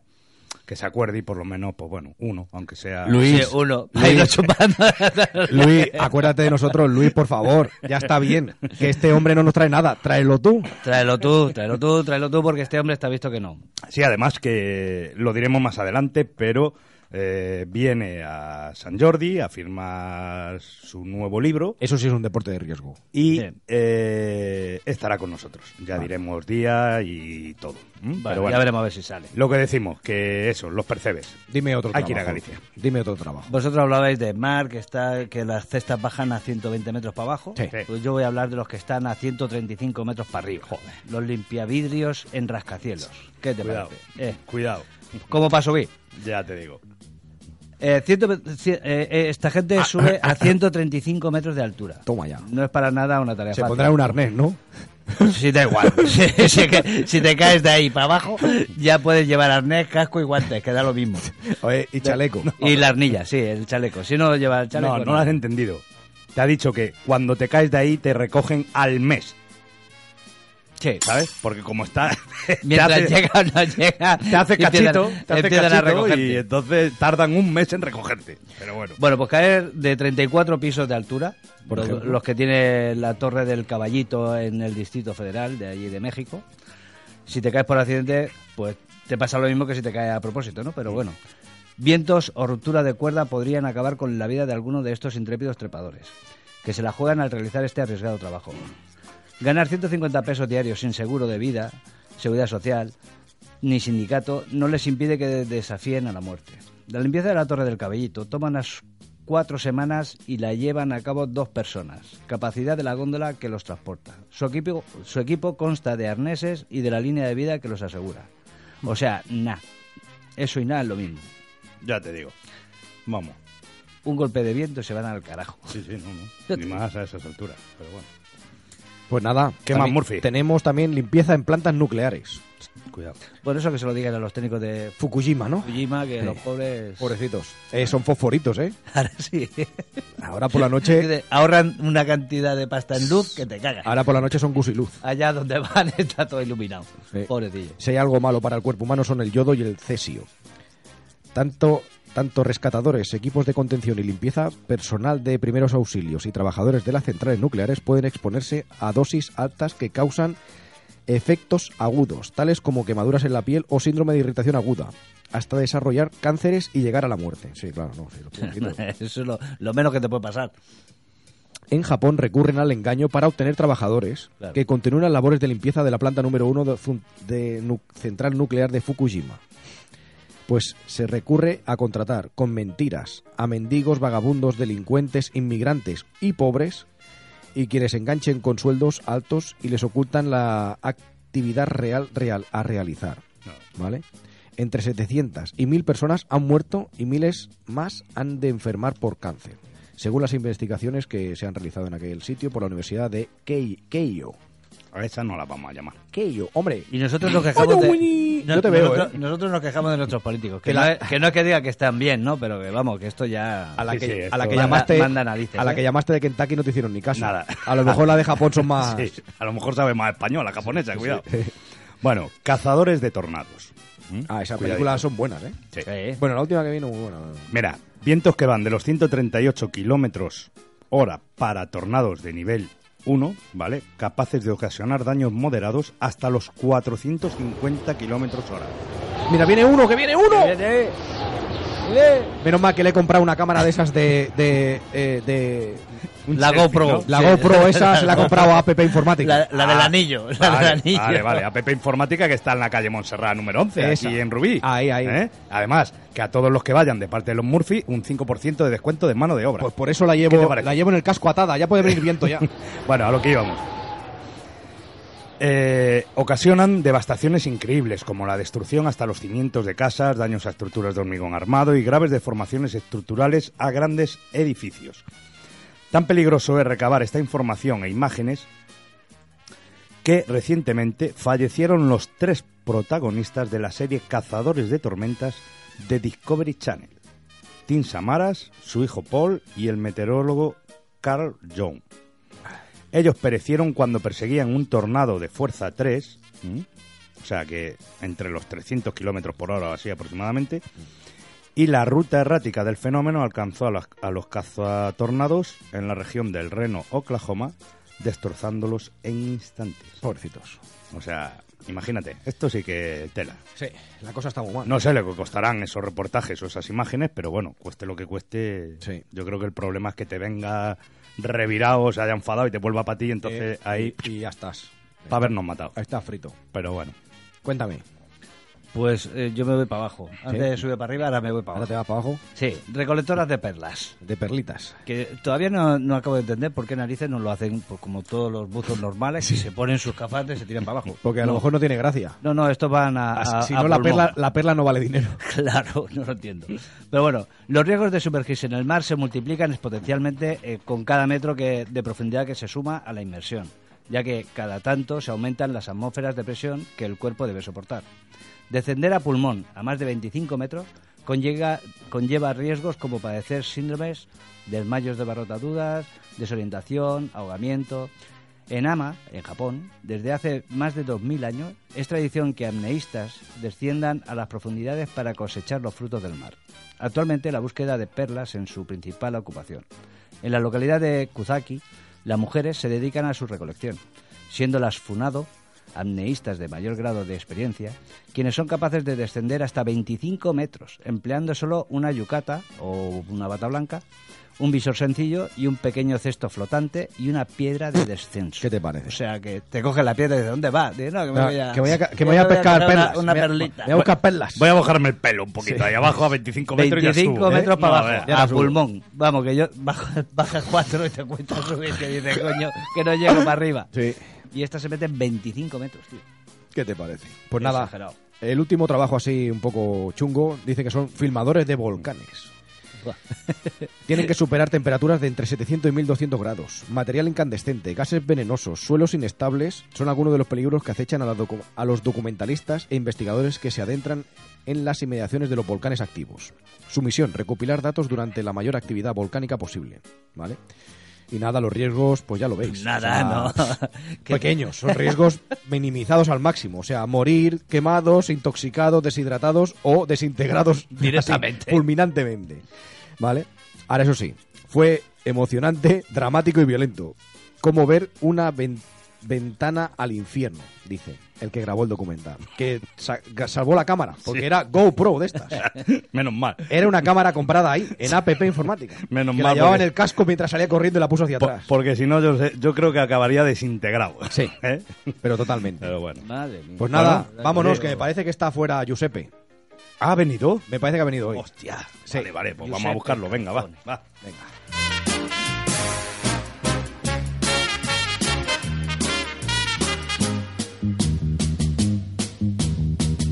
Speaker 6: que se acuerde y por lo menos, pues bueno, uno, aunque sea...
Speaker 7: Sí, uno. Ahí lo chupando.
Speaker 5: Luis, acuérdate de nosotros, Luis, por favor. Ya está bien. Que este hombre no nos trae nada. Tráelo tú.
Speaker 7: Tráelo tú, tráelo tú, tráelo tú, porque este hombre está visto que no.
Speaker 6: Sí, además que lo diremos más adelante, pero eh, viene a San Jordi a firmar su nuevo libro
Speaker 5: Eso sí es un deporte de riesgo.
Speaker 6: y
Speaker 7: Bien.
Speaker 6: eh, estará con nosotros. Ya diremos día y todo. ¿m?
Speaker 7: Vale,
Speaker 6: Mm, pero bueno,
Speaker 7: ya veremos a ver si sale.
Speaker 6: lo que decimos, que eso, los percebes.
Speaker 5: Dime otro
Speaker 6: Hay
Speaker 5: trabajo.
Speaker 6: que ir a Galicia.
Speaker 5: Dime otro trabajo.
Speaker 7: Vosotros hablabais de mar, que está que las cestas bajan a 120 metros para abajo.
Speaker 5: Sí.
Speaker 7: Pues yo voy a hablar de los que están a 135 metros para arriba. Los limpiavidrios en rascacielos. ¿Qué te
Speaker 6: Cuidado,
Speaker 7: parece? Eh,
Speaker 6: cuidado,
Speaker 7: ¿Cómo para subir?
Speaker 6: ya te digo.
Speaker 7: Eh, 100, cien- eh, eh, esta
Speaker 5: Ah,
Speaker 7: gente sube a 135 metros de altura.
Speaker 5: Toma ya.
Speaker 7: No es para nada una tarea
Speaker 5: Se
Speaker 7: fácil.
Speaker 5: pondrá un arnés, ¿no?
Speaker 7: Sí, da igual. si, si ca- si te caes de ahí para abajo, ya puedes llevar arnés, casco y guantes, que da lo mismo.
Speaker 5: Oye, y chaleco.
Speaker 7: Y la arnilla, sí, el chaleco. Si no lleva el chaleco.
Speaker 6: No, no lo has entendido. Te ha dicho que cuando te caes de ahí te recogen al mes,
Speaker 7: Sí.
Speaker 6: ¿sabes? Porque como está... te
Speaker 7: Mientras
Speaker 6: hace-
Speaker 7: llega o no llega.
Speaker 6: te hace
Speaker 7: empiezan-
Speaker 6: cachito, te hace
Speaker 7: empiezan a
Speaker 6: cachito
Speaker 7: recogerte.
Speaker 6: y entonces tardan un mes en recogerte. Pero bueno.
Speaker 7: Bueno, pues caer de 34 pisos de altura,
Speaker 5: Por
Speaker 7: los,
Speaker 5: ejemplo.
Speaker 7: los que tiene la Torre del Caballito en el Distrito Federal de allí de México. Si te caes por accidente, pues te pasa lo mismo que si te caes a propósito, ¿no? Pero bueno, vientos o ruptura de cuerda podrían acabar con la vida de alguno de estos intrépidos trepadores, que se la juegan al realizar este arriesgado trabajo. Ganar 150 pesos diarios sin seguro de vida, seguridad social, ni sindicato no les impide que desafíen a la muerte. La limpieza de la Torre del Cabellito toma unas cuatro semanas y la llevan a cabo dos personas. Capacidad de la góndola que los transporta. Su equipo, su equipo consta de arneses y de la línea de vida que los asegura. O sea, nada. Eso y nada es lo mismo.
Speaker 6: Ya te digo. Vamos.
Speaker 7: Un golpe de viento y se van al carajo.
Speaker 6: Sí, sí, no,
Speaker 7: Ya
Speaker 6: no.
Speaker 7: te
Speaker 6: Ni
Speaker 7: digo.
Speaker 6: más a esas alturas. Pero bueno.
Speaker 5: Pues nada.
Speaker 6: ¿Qué
Speaker 5: también
Speaker 6: más, Murphy?
Speaker 5: Tenemos también limpieza en plantas nucleares.
Speaker 6: Cuidado.
Speaker 7: Por eso que se lo digan a los técnicos de
Speaker 5: Fukushima, ¿no?
Speaker 7: Fujima, que los pobres...
Speaker 5: Pobrecitos. Eh, son fosforitos, ¿eh?
Speaker 7: Ahora sí.
Speaker 5: Ahora por la noche,
Speaker 7: Ahorran una cantidad de pasta en luz que te cagas.
Speaker 5: ahora por la noche son gusiluz.
Speaker 7: Allá donde van está todo iluminado.
Speaker 5: Sí.
Speaker 7: Pobrecillo.
Speaker 5: Si hay algo malo para el cuerpo humano son el yodo y el cesio. Tanto Tanto rescatadores, equipos de contención y limpieza, personal de primeros auxilios y trabajadores de las centrales nucleares pueden exponerse a dosis altas que causan efectos agudos, tales como quemaduras en la piel o síndrome de irritación aguda, hasta desarrollar cánceres y llegar a la muerte. Sí, claro, no, sí, lo puedo decir, pero-
Speaker 7: Eso es lo, lo menos que te puede pasar.
Speaker 5: En Japón recurren al engaño para obtener trabajadores
Speaker 7: Claro.
Speaker 5: que continúen las labores de limpieza de la planta número uno de, zun- de nu- central nuclear de Fukushima. Pues se recurre a contratar con mentiras a mendigos, vagabundos, delincuentes, inmigrantes y pobres y quienes enganchen con sueldos altos y les ocultan la actividad real, real a realizar. ¿Vale? Entre 700 y 1000 personas han muerto y miles más han de enfermar por cáncer, según las investigaciones que se han realizado en aquel sitio por la Universidad de Kei- Keio.
Speaker 6: A esa no la vamos a llamar.
Speaker 5: Keio, hombre.
Speaker 7: Y nosotros nos quejamos
Speaker 5: Oye,
Speaker 7: de...
Speaker 5: Winnie,
Speaker 7: no-
Speaker 5: yo te veo,
Speaker 7: nosotros,
Speaker 5: ¿eh?
Speaker 7: nosotros nos quejamos de nuestros políticos. Que,
Speaker 5: Que
Speaker 7: no,
Speaker 5: la-
Speaker 7: es, que no es que diga que están bien, ¿no? Pero que vamos, que esto ya...
Speaker 5: A la
Speaker 7: Sí,
Speaker 5: que,
Speaker 7: sí,
Speaker 5: a la que
Speaker 7: esto manda-
Speaker 5: llamaste
Speaker 7: Manda narices,
Speaker 5: a la
Speaker 7: ¿eh?
Speaker 5: que llamaste de Kentucky no te hicieron ni caso.
Speaker 6: Nada.
Speaker 5: A lo mejor la de Japón son
Speaker 7: Ah.
Speaker 5: más
Speaker 6: Sí, a lo mejor sabe más español, la japonesa, cuidado. Bueno, Cazadores de Tornados.
Speaker 5: Ah, esas
Speaker 6: Cuidadito.
Speaker 5: películas son buenas, ¿eh?
Speaker 6: Sí.
Speaker 5: Bueno, la última que vino muy buena.
Speaker 6: Mira, vientos que van de los 138 kilómetros hora para tornados de nivel 1, ¿vale? Capaces de ocasionar daños moderados hasta los 450 kilómetros hora.
Speaker 5: Mira, viene uno, que viene uno. Menos mal que le he comprado una cámara de esas de. de, eh, de-
Speaker 7: La GoPro.
Speaker 6: ¿no?
Speaker 5: La
Speaker 7: Sí.
Speaker 5: GoPro esa se la he comprado a Ah, Pepe Informática.
Speaker 7: La, la del anillo. La
Speaker 6: Vale,
Speaker 7: del anillo.
Speaker 6: Vale, vale, APP Informática que está en la calle Montserrat número 11,
Speaker 5: Esa.
Speaker 6: aquí en Rubí.
Speaker 5: Ahí, ahí.
Speaker 6: ¿eh? Además, que a todos los que vayan de parte de los Murphy, un 5% de descuento de mano de obra.
Speaker 5: Pues por eso la
Speaker 6: ¿Qué te
Speaker 5: llevo,
Speaker 6: parece?
Speaker 5: la llevo en el casco atada, ya puede venir viento ya.
Speaker 6: Bueno, a lo que íbamos. Eh, ocasionan devastaciones increíbles, como la destrucción hasta los cimientos de casas, daños a estructuras de hormigón armado y graves deformaciones estructurales a grandes edificios. Tan peligroso es recabar esta información e imágenes que recientemente fallecieron los tres protagonistas de la serie Cazadores de Tormentas de Discovery Channel. Tim Samaras, su hijo Paul y el meteorólogo Carl Young. Ellos perecieron cuando perseguían un tornado de fuerza 3, ¿m? o sea que entre los 300 kilómetros por hora o así aproximadamente, y la ruta errática del fenómeno alcanzó a los, a los cazatornados en la región del Reno, Oklahoma, destrozándolos en instantes.
Speaker 5: Pobrecitos.
Speaker 6: O sea, imagínate, esto sí que tela.
Speaker 5: Sí, la cosa está muy mal.
Speaker 6: No sé lo que costarán esos reportajes o esas imágenes, pero bueno, cueste lo que cueste,
Speaker 5: Sí.
Speaker 6: yo creo que el problema es que te venga revirado, se haya enfadado y te vuelva para ti, entonces
Speaker 5: Eh,
Speaker 6: ahí
Speaker 5: Y ya estás.
Speaker 6: para habernos matado.
Speaker 5: Ahí está frito.
Speaker 6: Pero bueno,
Speaker 5: Cuéntame.
Speaker 7: Pues eh, yo me voy para abajo. Antes
Speaker 5: Sí.
Speaker 7: subí para arriba, ahora me voy para
Speaker 5: Ahora
Speaker 7: abajo.
Speaker 5: te vas para abajo.
Speaker 7: Sí, recolectoras de perlas.
Speaker 5: De perlitas.
Speaker 7: Que todavía no, no acabo de entender por qué narices no lo hacen pues, como todos los buzos normales, que se ponen sus capates y se tiran para abajo.
Speaker 5: Porque a lo
Speaker 7: No.
Speaker 5: mejor no tiene gracia.
Speaker 7: No, no, estos van a. a-
Speaker 5: si
Speaker 7: a
Speaker 5: no, la
Speaker 7: pulmón.
Speaker 5: perla, la perla no vale dinero.
Speaker 7: Claro, no lo entiendo. Pero bueno, los riesgos de sumergirse en el mar se multiplican exponencialmente eh, con cada metro que, de profundidad que se suma a la inmersión, ya que cada tanto se aumentan las atmósferas de presión que el cuerpo debe soportar. Descender a pulmón a más de 25 metros conlleva, conlleva riesgos como padecer síndromes, desmayos de barrotaduras, desorientación, ahogamiento. En Ama, en Japón, desde hace más de 2.000 años, es tradición que amneístas desciendan a las profundidades para cosechar los frutos del mar. Actualmente la búsqueda de perlas es su principal ocupación. En la localidad de Kuzaki, las mujeres se dedican a su recolección, siendo las Funado, amneístas de mayor grado de experiencia, quienes son capaces de descender hasta 25 metros, empleando solo una yucata o una bata blanca, un visor sencillo y un pequeño cesto flotante y una piedra de descenso.
Speaker 5: ¿Qué te parece?
Speaker 7: O sea, que te coge la piedra y dices, ¿dónde va? Dice, no, que me
Speaker 5: Ah,
Speaker 7: voy a,
Speaker 5: que voy a, ca- que me
Speaker 7: me
Speaker 5: voy a pescar
Speaker 7: coger
Speaker 5: perlas.
Speaker 7: Una, una
Speaker 5: Me voy a-
Speaker 7: perlita.
Speaker 5: Me voy a buscar perlas.
Speaker 6: voy a bajarme el pelo un poquito ahí abajo a 25 metros. y ya
Speaker 7: 25
Speaker 6: subo, ¿eh?
Speaker 7: metros
Speaker 6: No,
Speaker 7: para
Speaker 6: a
Speaker 7: abajo,
Speaker 6: ver,
Speaker 7: a
Speaker 6: ahora subo.
Speaker 7: pulmón. Vamos, que yo bajo, baja 4 y te cuesta subir, que dice, coño, que no llego para arriba.
Speaker 5: Sí.
Speaker 7: Y esta se mete en 25 metros, tío.
Speaker 5: ¿Qué te parece? Pues nada,
Speaker 7: Exagerado.
Speaker 5: el último trabajo así un poco chungo dice que son filmadores de volcanes. Tienen que superar temperaturas de entre 700 y 1200 grados, material incandescente, gases venenosos, suelos inestables, son algunos de los peligros que acechan a, la docu- a los documentalistas e investigadores que se adentran en las inmediaciones de los volcanes activos. Su misión, recopilar datos durante la mayor actividad volcánica posible, ¿vale? Y nada, los riesgos, pues ya lo veis.
Speaker 7: Nada, no.
Speaker 5: ¿Qué- Pequeños, son riesgos minimizados al máximo. O sea, morir quemados, intoxicados, deshidratados o desintegrados
Speaker 7: Directamente.
Speaker 5: así, fulminantemente. ¿Vale? Ahora, eso sí, fue emocionante, dramático y violento. Como ver una ven- ventana al infierno, dice el que grabó el documental. Que sa- ga- salvó la cámara, porque
Speaker 6: Sí.
Speaker 5: era GoPro de estas.
Speaker 6: Menos mal.
Speaker 5: Era una cámara comprada ahí, en APP Informática.
Speaker 6: Menos
Speaker 5: que
Speaker 6: mal.
Speaker 5: la llevaba
Speaker 6: porque-
Speaker 5: en el casco mientras salía corriendo y la puso hacia
Speaker 6: po-
Speaker 5: atrás.
Speaker 6: porque si no, yo, sé- yo creo que acabaría desintegrado. ¿Eh?
Speaker 5: Sí, pero totalmente.
Speaker 6: Pero bueno.
Speaker 11: Madre mía.
Speaker 5: Pues nada,
Speaker 6: Bueno,
Speaker 5: vámonos,
Speaker 6: eh,
Speaker 5: que me parece que está fuera Giuseppe.
Speaker 6: ¿Ha venido?
Speaker 5: Me parece que ha venido hoy.
Speaker 6: Hostia. Vale, vale, pues vamos a buscarlo. Venga, va. va. Venga.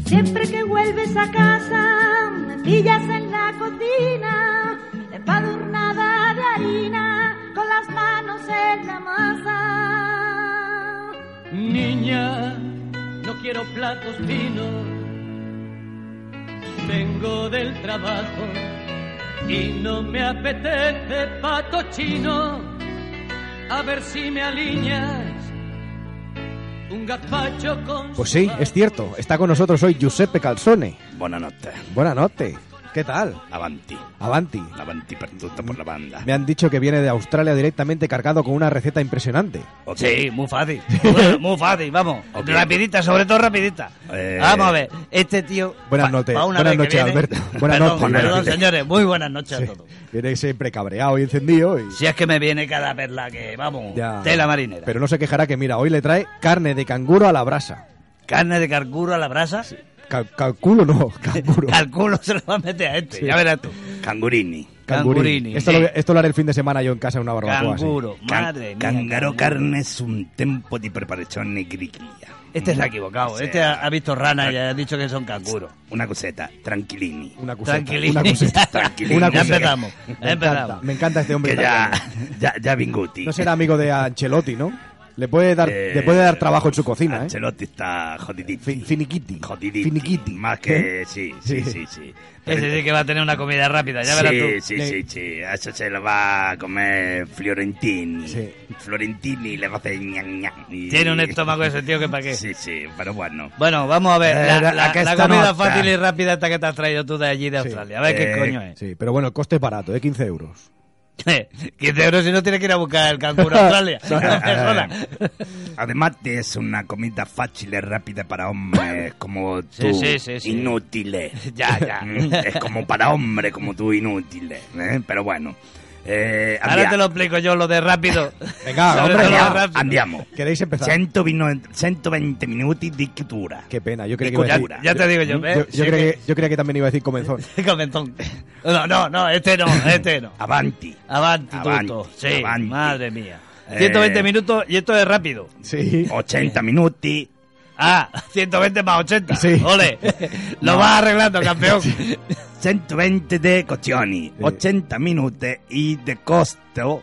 Speaker 1: Siempre que vuelves a casa, me pillas en la cocina, empadurnada de harina, con las manos en la masa.
Speaker 12: Niña, no quiero platos finos. Vengo del trabajo y no me apetece pato chino. A ver si me alineas un gazpacho con.
Speaker 5: Pues sí, es cierto. Está con nosotros hoy Giuseppe Calzone.
Speaker 6: Buenas noches.
Speaker 5: Buenas noches. ¿Qué tal?
Speaker 6: Avanti.
Speaker 5: Avanti.
Speaker 6: Avanti perduto por la banda.
Speaker 5: Me han dicho que viene de Australia directamente cargado con una receta impresionante.
Speaker 7: Sí, muy fácil. Bueno, muy fácil, vamos. Rapidita, sobre todo rapidita.
Speaker 5: Eh.
Speaker 7: Vamos a ver, este tío...
Speaker 5: Buenas
Speaker 7: pa-
Speaker 5: noches,
Speaker 7: pa una
Speaker 5: buenas
Speaker 7: vez que
Speaker 5: noches,
Speaker 7: viene-
Speaker 5: Alberto. Buenas
Speaker 7: Perdón,
Speaker 5: noches, buenas
Speaker 7: perdón,
Speaker 5: noches.
Speaker 7: señores, muy buenas noches a todos.
Speaker 5: Viene siempre cabreado y encendido y
Speaker 7: Si es que me viene cada perla que, vamos,
Speaker 5: ya.
Speaker 7: tela marinera.
Speaker 5: Pero no se quejará que mira, hoy le trae carne de canguro a la brasa.
Speaker 7: Carne de carcuro a la brasa,
Speaker 5: Cal- calculo no, canguro.
Speaker 7: calculo se lo va a meter a este,
Speaker 5: Sí.
Speaker 7: ya verás tú.
Speaker 6: Cangurini.
Speaker 5: Cangurini. Esto, lo, esto lo haré el fin de semana yo en casa en una barbacoa. sí.
Speaker 7: madre mía,
Speaker 6: Cangaro
Speaker 7: canguro.
Speaker 6: carne es un tempo de preparación negriclia.
Speaker 7: Este se ha equivocado, este ha, ha visto rana y ha dicho que son canguros.
Speaker 6: Una coseta, tranquilini.
Speaker 5: Una
Speaker 7: coseta, Tranquilini. una coseta, tranquilini. Ya empezamos, ya
Speaker 5: Me encanta,
Speaker 7: empezamos.
Speaker 5: me encanta este hombre.
Speaker 6: Que ya, ya, ya Binguti.
Speaker 5: No será amigo de Ancelotti, ¿no? Le puede dar,
Speaker 6: Eh,
Speaker 5: le puede dar trabajo en su cocina, ¿eh?
Speaker 6: Ancelotti está jodidito.
Speaker 5: Finiquiti. ¿Eh?
Speaker 6: Finiquiti. Más que... Sí, sí, sí, sí.
Speaker 7: Ese sí que va a tener una comida rápida, ya verás
Speaker 6: sí,
Speaker 7: tú.
Speaker 6: sí, sí, sí. A eso se lo va a comer Fiorentini. Florentini le va a hacer ñan, ñan. y-
Speaker 7: Tiene un estómago ese tío que para qué.
Speaker 6: Sí, sí, pero bueno.
Speaker 7: Bueno, vamos a ver,
Speaker 6: Eh,
Speaker 7: la,
Speaker 6: la-
Speaker 7: la-
Speaker 6: que
Speaker 7: la
Speaker 6: esta
Speaker 7: comida
Speaker 6: no está.
Speaker 7: fácil y rápida esta que te has traído tú de allí de Australia. A ver qué
Speaker 5: Eh,
Speaker 7: coño es.
Speaker 5: Sí, pero bueno, el coste es barato, de 15 euros.
Speaker 7: 15 euros si no tienes que ir a buscar el canguro a Australia. No, perdona.
Speaker 6: Además es una comida fácil y rápida para hombres como tú,
Speaker 7: sí, sí, sí.
Speaker 6: inútiles.
Speaker 7: Ya, ya.
Speaker 6: Mm, es como para hombres como tú, inútiles. ¿eh? Pero bueno. Eh,
Speaker 7: Ahora te lo explico yo lo de rápido. Sobre todo lo
Speaker 6: andiamo,
Speaker 7: rápido.
Speaker 6: andiamo.
Speaker 5: ¿Queréis empezar?
Speaker 6: 120, 120 minuti di chiusura.
Speaker 5: Qué pena, yo creo que
Speaker 6: Escucha,
Speaker 5: iba a decir-
Speaker 6: ya- ya te digo yo,
Speaker 5: Yo,
Speaker 6: ¿ves?
Speaker 5: yo
Speaker 6: Sí
Speaker 5: creía que... yo creía que también iba a decir comenzón.
Speaker 7: Comentón. No, no, no, este no, este no.
Speaker 6: Avanti.
Speaker 7: Avanti,
Speaker 6: Avanti,
Speaker 7: tuto. Sí,
Speaker 6: avanti.
Speaker 7: madre mía.
Speaker 6: Eh.
Speaker 7: 120 minutos y esto es rápido.
Speaker 5: Sí.
Speaker 6: 80 minuti.
Speaker 7: Ah, 120 más 80.
Speaker 6: Sí.
Speaker 7: Ole. Lo
Speaker 6: No.
Speaker 7: vas arreglando, campeón.
Speaker 6: 120 de cocioni, 80 minuti y de costo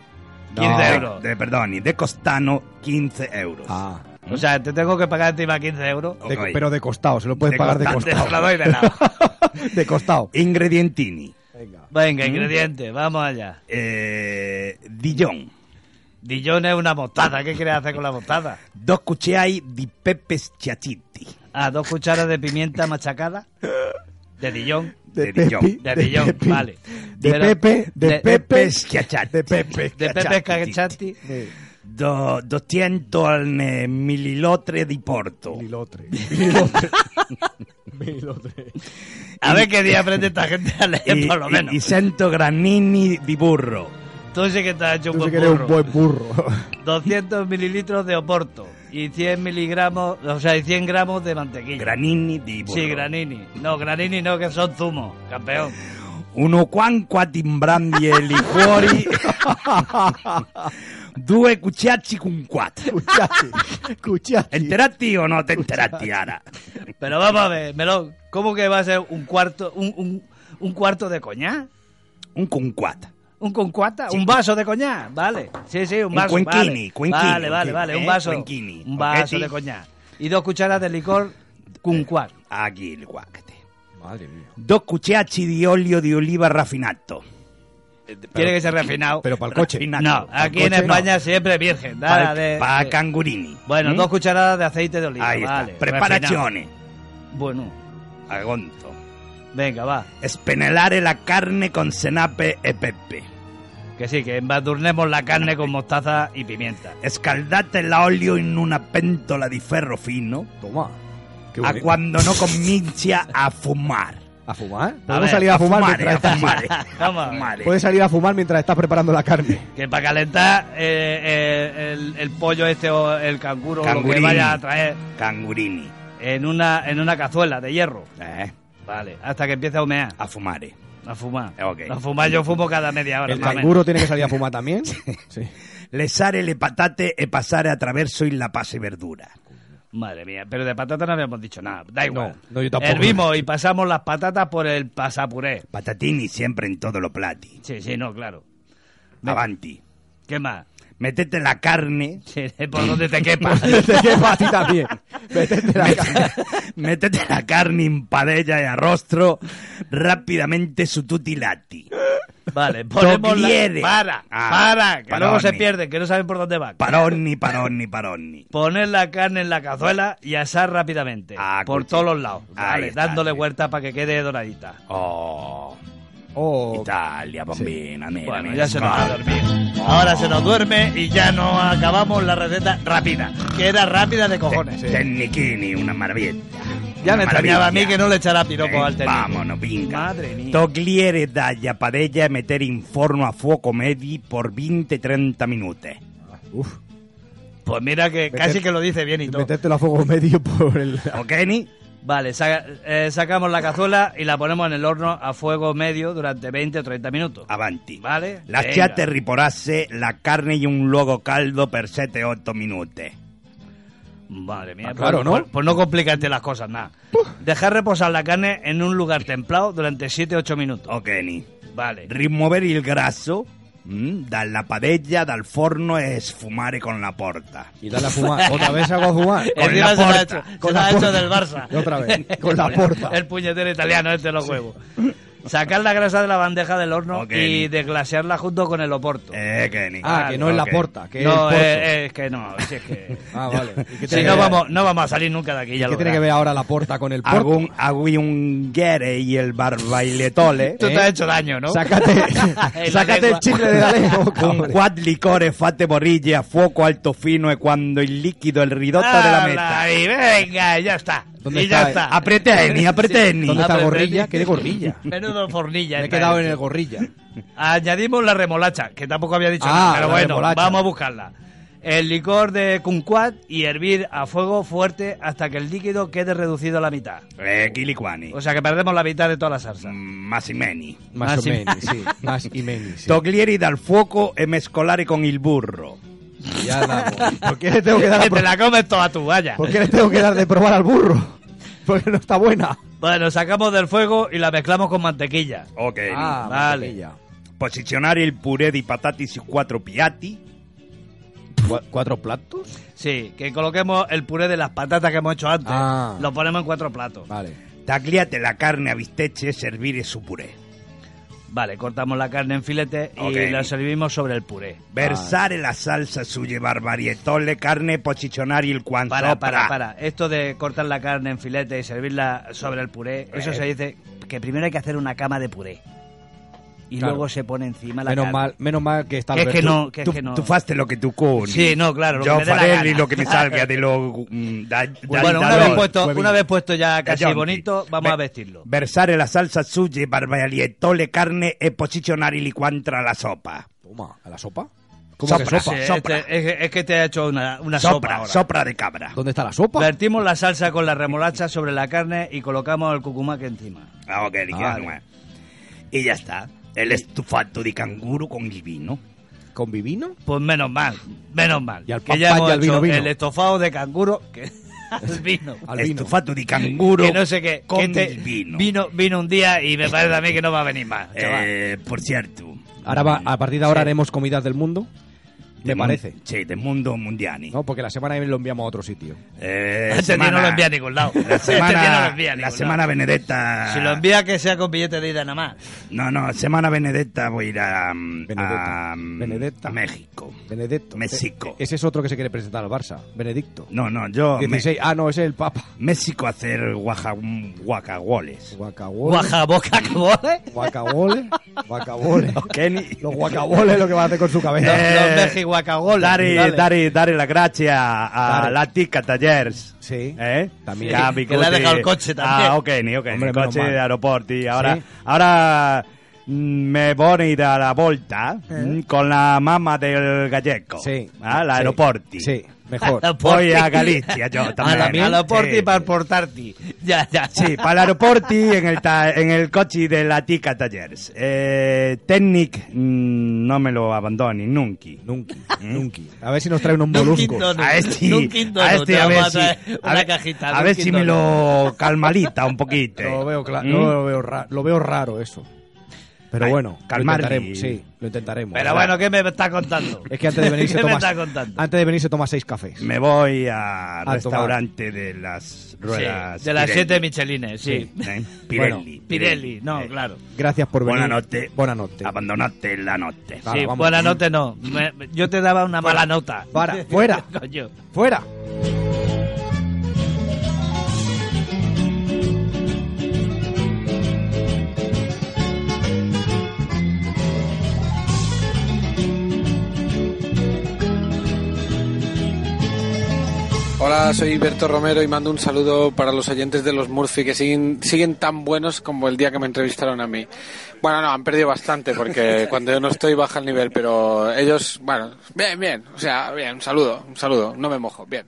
Speaker 7: 15 euros.
Speaker 6: De, de- perdoni, de costano 15 euros.
Speaker 5: Ah.
Speaker 7: O sea, te tengo que pagar encima 15 euros.
Speaker 5: De- pero de costado, se lo puedes
Speaker 6: De
Speaker 5: pagar de
Speaker 6: costado,
Speaker 5: costado.
Speaker 6: te lo doy de
Speaker 7: lado.
Speaker 5: de costado.
Speaker 6: Ingredientini.
Speaker 7: Venga,
Speaker 6: Mm.
Speaker 7: ingredientes, vamos allá.
Speaker 6: Eh, Dijon.
Speaker 7: Dijon es una mostaza. ¿Qué quieres hacer con la mostaza?
Speaker 6: Dos cucchiai di pepe schiacciati.
Speaker 7: Ah, dos cucharas de pimienta machacada. De Dijon.
Speaker 6: De Dijon.
Speaker 7: De Dijon, vale.
Speaker 6: De
Speaker 7: Pero-
Speaker 6: Pepe, de, Pepe schiacciati.
Speaker 5: De Pepe.
Speaker 7: De Pepe Cacciatti.
Speaker 6: Do, 200 eh, millilotre di Porto.
Speaker 5: Mililotre.
Speaker 7: A ver qué día aprende esta gente a leer,
Speaker 5: Eh,
Speaker 6: Y,
Speaker 7: por lo
Speaker 6: y-
Speaker 7: menos.
Speaker 6: y 100 granini di burro.
Speaker 7: Tú sí que te has hecho un
Speaker 5: Tú sí
Speaker 7: buen
Speaker 5: que eres
Speaker 7: burro.
Speaker 5: un buen burro.
Speaker 7: 200 mililitros de oporto y 100 miligramos, o sea, y 100 gramos de mantequilla.
Speaker 6: Granini di burro.
Speaker 7: Sí, granini. No, granini no, que son zumos, campeón.
Speaker 6: Uno quanqua timbrandi e liquori. Due cucciacci con quattro.
Speaker 5: Cucciacci.
Speaker 6: Enterati o no te enterati, Ara?
Speaker 7: Pero vamos a ver, Melón, ¿cómo que va a ser un cuarto, un, un, un cuarto de coñá?
Speaker 6: Un conquata.
Speaker 7: ¿Un concuata? ¿Un vaso de coñá? Vale. Sí, sí, un
Speaker 6: Un
Speaker 7: vaso.
Speaker 6: cuenquini,
Speaker 7: vale.
Speaker 6: cuenquini,
Speaker 7: vale, vale, vale,
Speaker 6: ¿eh?
Speaker 7: un vaso.
Speaker 6: Cuenquini,
Speaker 7: Un vaso
Speaker 6: ¿ok?
Speaker 7: de coñá. Y dos cucharas de licor cuncuar.
Speaker 6: Aquí el guacate.
Speaker 5: Madre mía.
Speaker 6: Dos cucciacci di olio di oliva raffinato.
Speaker 7: tiene que ser refinado.
Speaker 5: Pero para el coche.
Speaker 7: Refinado. No,
Speaker 5: Para el
Speaker 7: aquí en
Speaker 5: coche, no.
Speaker 7: España siempre virgen.
Speaker 6: Para
Speaker 7: Nada
Speaker 6: el-
Speaker 7: de,
Speaker 6: para
Speaker 7: de-
Speaker 6: cangurini.
Speaker 7: Bueno,
Speaker 6: ¿Mm?
Speaker 7: dos cucharadas de aceite de oliva.
Speaker 6: Ahí está.
Speaker 7: vale,
Speaker 6: Preparaciones.
Speaker 7: refinado. Bueno,
Speaker 6: Agonto.
Speaker 7: venga, va.
Speaker 6: Espenelare la carne con senape e pepe.
Speaker 7: Que sí, que embadurnemos la carne con mostaza y pimienta.
Speaker 6: Escaldate la olio in una pentola di ferro fino.
Speaker 5: Toma. qué
Speaker 6: a
Speaker 5: bonito.
Speaker 6: cuando no comincia a fumar.
Speaker 5: ¿A fumar?
Speaker 6: A
Speaker 5: Podemos
Speaker 6: ver,
Speaker 5: salir a,
Speaker 6: a
Speaker 5: fumar,
Speaker 6: fumar,
Speaker 5: mientras
Speaker 6: eh, a
Speaker 5: estás...
Speaker 6: fumar, eh.
Speaker 7: Vamos.
Speaker 5: Puedes salir a fumar mientras estás preparando la carne.
Speaker 7: Que para calentar eh, eh, el, el pollo este o el canguro o lo que
Speaker 6: Cangurini.
Speaker 7: vaya a traer
Speaker 6: Cangurini.
Speaker 7: en una, en una cazuela de hierro.
Speaker 6: Eh,
Speaker 7: Vale, hasta que empiece a humear.
Speaker 6: a fumare.
Speaker 7: A fumar.
Speaker 6: Ok.
Speaker 7: A fumar yo fumo cada media hora.
Speaker 5: ¿El
Speaker 7: más o menos.
Speaker 5: canguro tiene que salir a fumar también? Sí.
Speaker 6: Lesare le patate e pasare attraverso il la pase verdura.
Speaker 7: Madre mía, pero de patata no habíamos dicho nada. Da igual.
Speaker 5: No, no, yo tampoco.
Speaker 7: Hervimos y pasamos las patatas por el pasapuré.
Speaker 6: Patatini siempre en todo lo plati.
Speaker 7: Sí, sí, no, claro.
Speaker 6: Avanti.
Speaker 7: ¿Qué más?
Speaker 6: Metete la carne.
Speaker 7: Sí, por donde te quepa.
Speaker 5: Te lleva a ti también. Métete la carne.
Speaker 6: Métete la carne in padella e arrostro rapidamente su tutti i lati.
Speaker 7: Vale, ponemos la...
Speaker 6: Dogliere.
Speaker 7: Para,
Speaker 6: Ah,
Speaker 7: para, que luego se
Speaker 6: paroni.
Speaker 7: pierden, que no saben por dónde van.
Speaker 6: Paronni, paronni, paronni.
Speaker 7: Poner la carne en la cazuela y asar rápidamente.
Speaker 6: Ah,
Speaker 7: por
Speaker 6: cuchi.
Speaker 7: todos los lados.
Speaker 6: Ahí
Speaker 7: Vale,
Speaker 6: está,
Speaker 7: dándole
Speaker 6: sí.
Speaker 7: vuelta para que quede doradita.
Speaker 6: Oh,
Speaker 5: Oh,
Speaker 6: Italia, bambina, mira,
Speaker 7: Bueno,
Speaker 6: mira,
Speaker 7: ya se nos va a
Speaker 6: escolta.
Speaker 7: dormir. Ahora se nos duerme y ya no acabamos la receta rápida, que era rápida de cojones.
Speaker 6: Te-
Speaker 7: eh.
Speaker 6: Tecnichini, una maravilla.
Speaker 7: Ya
Speaker 6: Una
Speaker 7: me extrañaba a
Speaker 6: maravilla.
Speaker 7: mí que no le echara piropo
Speaker 6: Eh,
Speaker 7: al tenis.
Speaker 6: Vámonos, venga.
Speaker 7: Madre mía.
Speaker 6: Togliere dalla padella e mettere in forno a fuoco medi por 20-30 minuti.
Speaker 5: Uf.
Speaker 7: Pues mira que casi que lo dice bien y todo.
Speaker 5: Metértelo a fuego medio por el...
Speaker 6: ¿Ok, ni?
Speaker 7: Vale, saca- eh, sacamos la cazuela y la ponemos en el horno a fuego medio durante 20 o 30 minutos.
Speaker 5: Ah,
Speaker 6: Avanti.
Speaker 7: Vale?
Speaker 6: Lasciate
Speaker 7: Venga.
Speaker 6: riporasse la carne in un luogo caldo per 7-8 minuti.
Speaker 7: Madre mía.
Speaker 5: Ah, claro,
Speaker 7: pues-
Speaker 5: ¿no?
Speaker 7: Pues, pues no complicarte las cosas, nada. Dejar reposar la carne en un lugar templado durante 7 o 8 minutos.
Speaker 6: Ok, ni?
Speaker 7: Vale.
Speaker 6: Rimuovere il grasso mm, dalla padella, dal forno e sfumare con la porta.
Speaker 5: Y dale a fumar. Otra vez hago a fumar.
Speaker 6: Con
Speaker 7: Encima
Speaker 6: la
Speaker 7: se la ha
Speaker 6: porta,
Speaker 7: hecho-
Speaker 5: con
Speaker 7: se la
Speaker 5: la
Speaker 7: ha hecho
Speaker 5: porta.
Speaker 7: del Barça.
Speaker 5: Otra vez, con la porta.
Speaker 7: El puñetero italiano este los huevos. Sacar la grasa de la bandeja del horno
Speaker 6: Ok.
Speaker 7: y desglasearla junto con el oporto.
Speaker 6: Eh, que ni?
Speaker 5: Ah, que no es la
Speaker 6: ok.
Speaker 5: porta, que
Speaker 7: no,
Speaker 5: es el porto.
Speaker 7: eh, eh, es que no, si es que...
Speaker 5: Ah, vale. ¿Y qué
Speaker 7: Si
Speaker 5: tiene
Speaker 7: no
Speaker 5: que ver-
Speaker 7: vamos, no vamos a salir nunca de aquí, ya
Speaker 5: ¿Qué
Speaker 7: lo
Speaker 5: tiene que ver
Speaker 7: verás.
Speaker 5: ahora la Ah, porta con el porto?
Speaker 6: Agun, aguiunguere y el barbailetole.
Speaker 7: Tú
Speaker 5: ¿eh?
Speaker 7: te has hecho daño, ¿no?
Speaker 5: Sácate,
Speaker 7: la
Speaker 5: sácate
Speaker 7: lengua.
Speaker 5: el chicle de la lengua.
Speaker 6: Con
Speaker 5: cabrón.
Speaker 6: quad licore fate borriglie a fuoco alto fino e quando il liquido è il ridotto
Speaker 5: Ah,
Speaker 6: della meta.
Speaker 7: Habla ahí, venga, y ya está.
Speaker 5: ¿Dónde
Speaker 7: y ya
Speaker 5: está?
Speaker 7: está.
Speaker 6: A preteni, a preteni.
Speaker 5: ¿Dónde está
Speaker 7: Aprendí.
Speaker 5: gorrilla? ¿Qué de gorrilla?
Speaker 7: Menudo fornilla.
Speaker 5: Me he
Speaker 7: esta
Speaker 5: quedado
Speaker 7: es.
Speaker 5: en el gorrilla.
Speaker 7: Añadimos la remolacha, que tampoco había dicho
Speaker 5: Ah,
Speaker 7: nada, pero
Speaker 5: la
Speaker 7: bueno,
Speaker 5: remolacha.
Speaker 7: vamos a buscarla. El licor de cunquat y hervir a fuego fuerte hasta que el líquido quede reducido a la mitad.
Speaker 6: Eh, chiliquani. Mm,
Speaker 7: O sea que perdemos la mitad de toda la salsa.
Speaker 5: Mm.
Speaker 6: Massimeni.
Speaker 5: Más
Speaker 7: Más
Speaker 5: o
Speaker 7: y-
Speaker 5: menos, sí. Más y menos, sí.
Speaker 6: Toglieri dal fuoco e mescolare con il burro.
Speaker 5: Ya damos. ¿Por qué le tengo que dar a
Speaker 7: Que te
Speaker 5: pro-
Speaker 7: la comes toda tú, vaya.
Speaker 5: ¿Por qué le tengo que dar de probar al burro? Porque no está buena.
Speaker 7: Bueno, sacamos del fuego y la mezclamos con mantequilla.
Speaker 6: Ok.
Speaker 5: Ah,
Speaker 7: vale.
Speaker 5: mantequilla.
Speaker 6: Posizionare il purè di patati su quattro piatti.
Speaker 5: ¿Cu- ¿Cuatro platos?
Speaker 7: Sí, que coloquemos el puré de las patatas que hemos hecho antes.
Speaker 5: Ah.
Speaker 7: Lo ponemos en cuatro platos.
Speaker 5: Vale.
Speaker 6: Tagliate la carne a bistecce e servire su purè.
Speaker 7: Vale, cortamos la carne en filete y
Speaker 6: Ok.
Speaker 7: la servimos sobre el puré. Ah,
Speaker 6: Versare la salsa sulle barbarietole, carne e posizionare il quanto
Speaker 7: Para, para, para. Esto de cortar la carne en filete y servirla sobre el puré, eso
Speaker 5: Eh.
Speaker 7: se dice que primero hay que hacer una cama de puré. Y
Speaker 5: Claro.
Speaker 7: luego se pone encima la
Speaker 5: Menos
Speaker 7: carne.
Speaker 5: mal, menos mal que está
Speaker 7: Que es
Speaker 5: Alberto.
Speaker 7: que no, que es
Speaker 6: Tu,
Speaker 7: que no.
Speaker 6: tu faste lo que tu coni.
Speaker 7: Sí, no, claro, lo
Speaker 6: Yo
Speaker 7: que me dé la
Speaker 6: faré
Speaker 7: gana.
Speaker 6: lo que me salga de lo... mm, da- da-
Speaker 7: bueno, una
Speaker 6: da-
Speaker 7: vez,
Speaker 6: da-
Speaker 7: puesto,
Speaker 5: huevín.
Speaker 7: una vez puesto ya
Speaker 6: da-
Speaker 7: casi
Speaker 6: yonki.
Speaker 7: bonito, vamos
Speaker 6: Eh, Ve-
Speaker 7: a vestirlo.
Speaker 6: Versare la salsa sulle barbarietole, carne e posizionare il quanto alla sopa.
Speaker 5: Toma, ¿a la sopa? ¿Cómo que
Speaker 6: Sopra,
Speaker 5: sopa?
Speaker 7: Sí,
Speaker 6: sopra.
Speaker 7: este- es, es que te ha hecho una, una sopa
Speaker 6: sopra,
Speaker 7: ahora.
Speaker 6: sopra de cabra.
Speaker 5: ¿Dónde está la sopa?
Speaker 7: Vertimos la salsa con la remolacha sobre la carne y colocamos el cucumac encima.
Speaker 6: Ah, ok, di
Speaker 5: Vale.
Speaker 6: chiaro, eh. Y ya está. El estufato de canguro con il vino.
Speaker 5: ¿Con vivino?
Speaker 7: Pues menos mal, menos mal.
Speaker 5: Y al
Speaker 7: que
Speaker 5: pan,
Speaker 7: ya
Speaker 5: pan,
Speaker 7: hemos
Speaker 5: y al vino,
Speaker 7: hecho
Speaker 5: vino.
Speaker 7: el estofado de canguro que al vino.
Speaker 5: Al vino.
Speaker 6: estufato de canguro
Speaker 7: que no sé qué.
Speaker 6: con
Speaker 7: que este
Speaker 6: il vino.
Speaker 7: vino. Vino un día y me parece a mí que no va a venir más. chaval.
Speaker 6: Eh, por cierto.
Speaker 5: Ahora va- a partir de ahora haremos comidas del mundo. ¿Te parece?
Speaker 6: Sí, de Mundo Mundiani.
Speaker 5: No, porque la semana que viene lo enviamos a otro sitio.
Speaker 6: Eh,
Speaker 7: Este tío no lo envía a ningún lado.
Speaker 6: La semana,
Speaker 7: este tío no lo envía a
Speaker 6: la
Speaker 7: ningún
Speaker 6: semana
Speaker 7: lado.
Speaker 6: Benedetta.
Speaker 7: Si lo envía, que sea con billete de ida nada más.
Speaker 6: No, no, semana Benedetta voy a ir a, mm, a, mm, México.
Speaker 5: Benedetto.
Speaker 6: México.
Speaker 5: E- Ese es otro que se quiere presentar al Barça, Benedicto.
Speaker 6: No, no, yo...
Speaker 5: 16. Ah, no, ese es el Papa.
Speaker 6: México a hacer guaja, guacagoles.
Speaker 7: ¿Guajabocacaboles?
Speaker 5: Guacaboles. Guacaboles. Los guacaboles lo que va a hacer con su cabeza.
Speaker 6: Eh, Dare,
Speaker 5: Dale.
Speaker 6: dare, dare la gracia a
Speaker 5: Dare.
Speaker 6: la tica Tallers.
Speaker 5: Sí.
Speaker 6: ¿Eh?
Speaker 5: También.
Speaker 6: Y a
Speaker 5: Sí, que
Speaker 6: Bigote.
Speaker 5: le ha dejado el coche también.
Speaker 6: Ah, ok, ni ok.
Speaker 5: Hombre,
Speaker 6: el
Speaker 5: menos
Speaker 6: coche
Speaker 5: mal.
Speaker 6: de aeropuerto. Y ahora,
Speaker 5: Sí.
Speaker 6: ahora mm, me voy a ir a la volta mm, con la mamá del gallego. Sí. Al
Speaker 5: Eh. Sí.
Speaker 6: aeropuerto.
Speaker 5: Sí, mejor.
Speaker 6: Voy a Galicia yo también.
Speaker 7: Al aporte
Speaker 6: Sí.
Speaker 7: y para portarte. Ya, ya.
Speaker 6: Sí, para el aeropuerto en el, ta- en el coche de la Tica Tallers. Eh, Technic, mm, no me lo abandoni, nunca.
Speaker 5: Nunca, nunca. A ver si nos traen un molusco.
Speaker 6: A este, a este, a ver si,
Speaker 5: eh,
Speaker 6: a ver, a ver si me lo calmalita un poquito.
Speaker 5: Lo veo, cla-
Speaker 6: ¿Mm?
Speaker 5: no, lo, veo ra- lo veo raro eso. Pero
Speaker 6: Ay,
Speaker 5: bueno,
Speaker 6: calmar
Speaker 5: lo
Speaker 6: y-
Speaker 5: intentaremos. Sí, lo intentaremos.
Speaker 7: Pero bueno, ¿qué me está contando?
Speaker 5: es que antes de venir se
Speaker 7: ¿Qué
Speaker 5: toma,
Speaker 7: me está contando?
Speaker 5: antes de venir se toma seis cafés.
Speaker 6: Me voy al
Speaker 5: A
Speaker 6: restaurante de las ruedas.
Speaker 7: Sí, de las
Speaker 6: Pirelli.
Speaker 7: siete Michelines, sí.
Speaker 6: ¿Eh? Pirelli.
Speaker 7: Bueno, Pirelli, no, claro.
Speaker 5: Gracias por venir.
Speaker 6: Buenas noches. Buenas noches. Abandonaste la noche.
Speaker 7: sí, buena nota no. Me- yo te daba una mala nota.
Speaker 5: Para, fuera.
Speaker 7: Coño.
Speaker 5: Fuera.
Speaker 13: Hola, soy Berto Romero y mando un saludo para los oyentes de los Murphy que siguen, siguen tan buenos como el día que me entrevistaron a mí. Bueno, no, han perdido bastante porque cuando yo no estoy baja el nivel, pero ellos, bueno, bien, bien, o sea, bien, un saludo, un saludo, no me mojo, bien.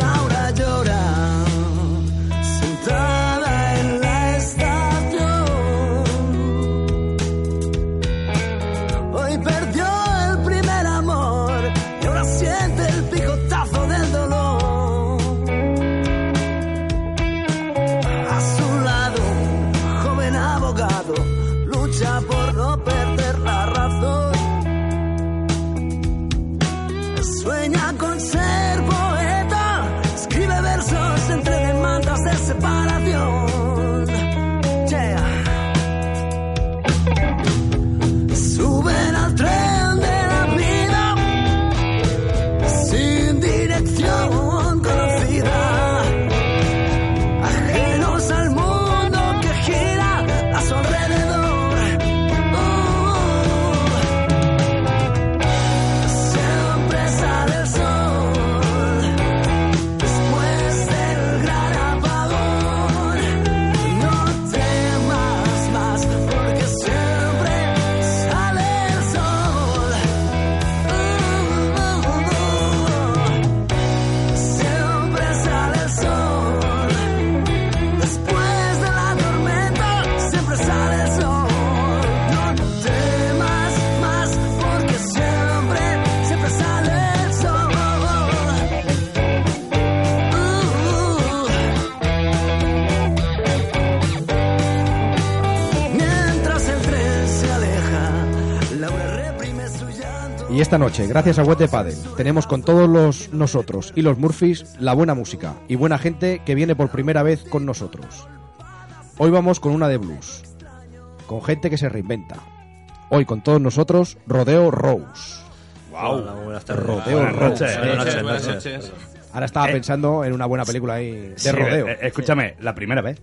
Speaker 14: Laura llora sentada en la estación. Hoy perdió el primer amor y ahora siente el picotazo del dolor. A su lado, un joven abogado lucha por no perder la razón. Sueña con ser poeta, escribe versos entre demandas de separación. Yeah. Suben al tren de la vida, sin dirección conocida. Ajenos al mundo que gira a su alrededor. Oh. Siempre sale el sol después del gran apagón. No temas más porque siempre sale el sol. Siempre sale el sol después de la tormenta. Siempre sale el sol. No temas más porque siempre, siempre sale el sol. Uh. Mientras el tren se aleja, Uh, Laura reprime su llanto.
Speaker 5: Y esta noche, gracias a Web de Padel, tenemos con todos los nosotros y los Murphys la buena música y buena gente que viene por primera vez con nosotros. Hoy vamos con una de blues, con gente que se reinventa. Hoy con todos nosotros, Rodeo Rose.
Speaker 12: Hola, buenas tardes.
Speaker 5: Rodeo
Speaker 12: Buenas
Speaker 5: Rose.
Speaker 12: noches. Buenas noches, buenas noches.
Speaker 5: Ahora estaba pensando en una buena película ahí de
Speaker 6: Sí,
Speaker 5: rodeo.
Speaker 6: eh, escúchame, la primera vez.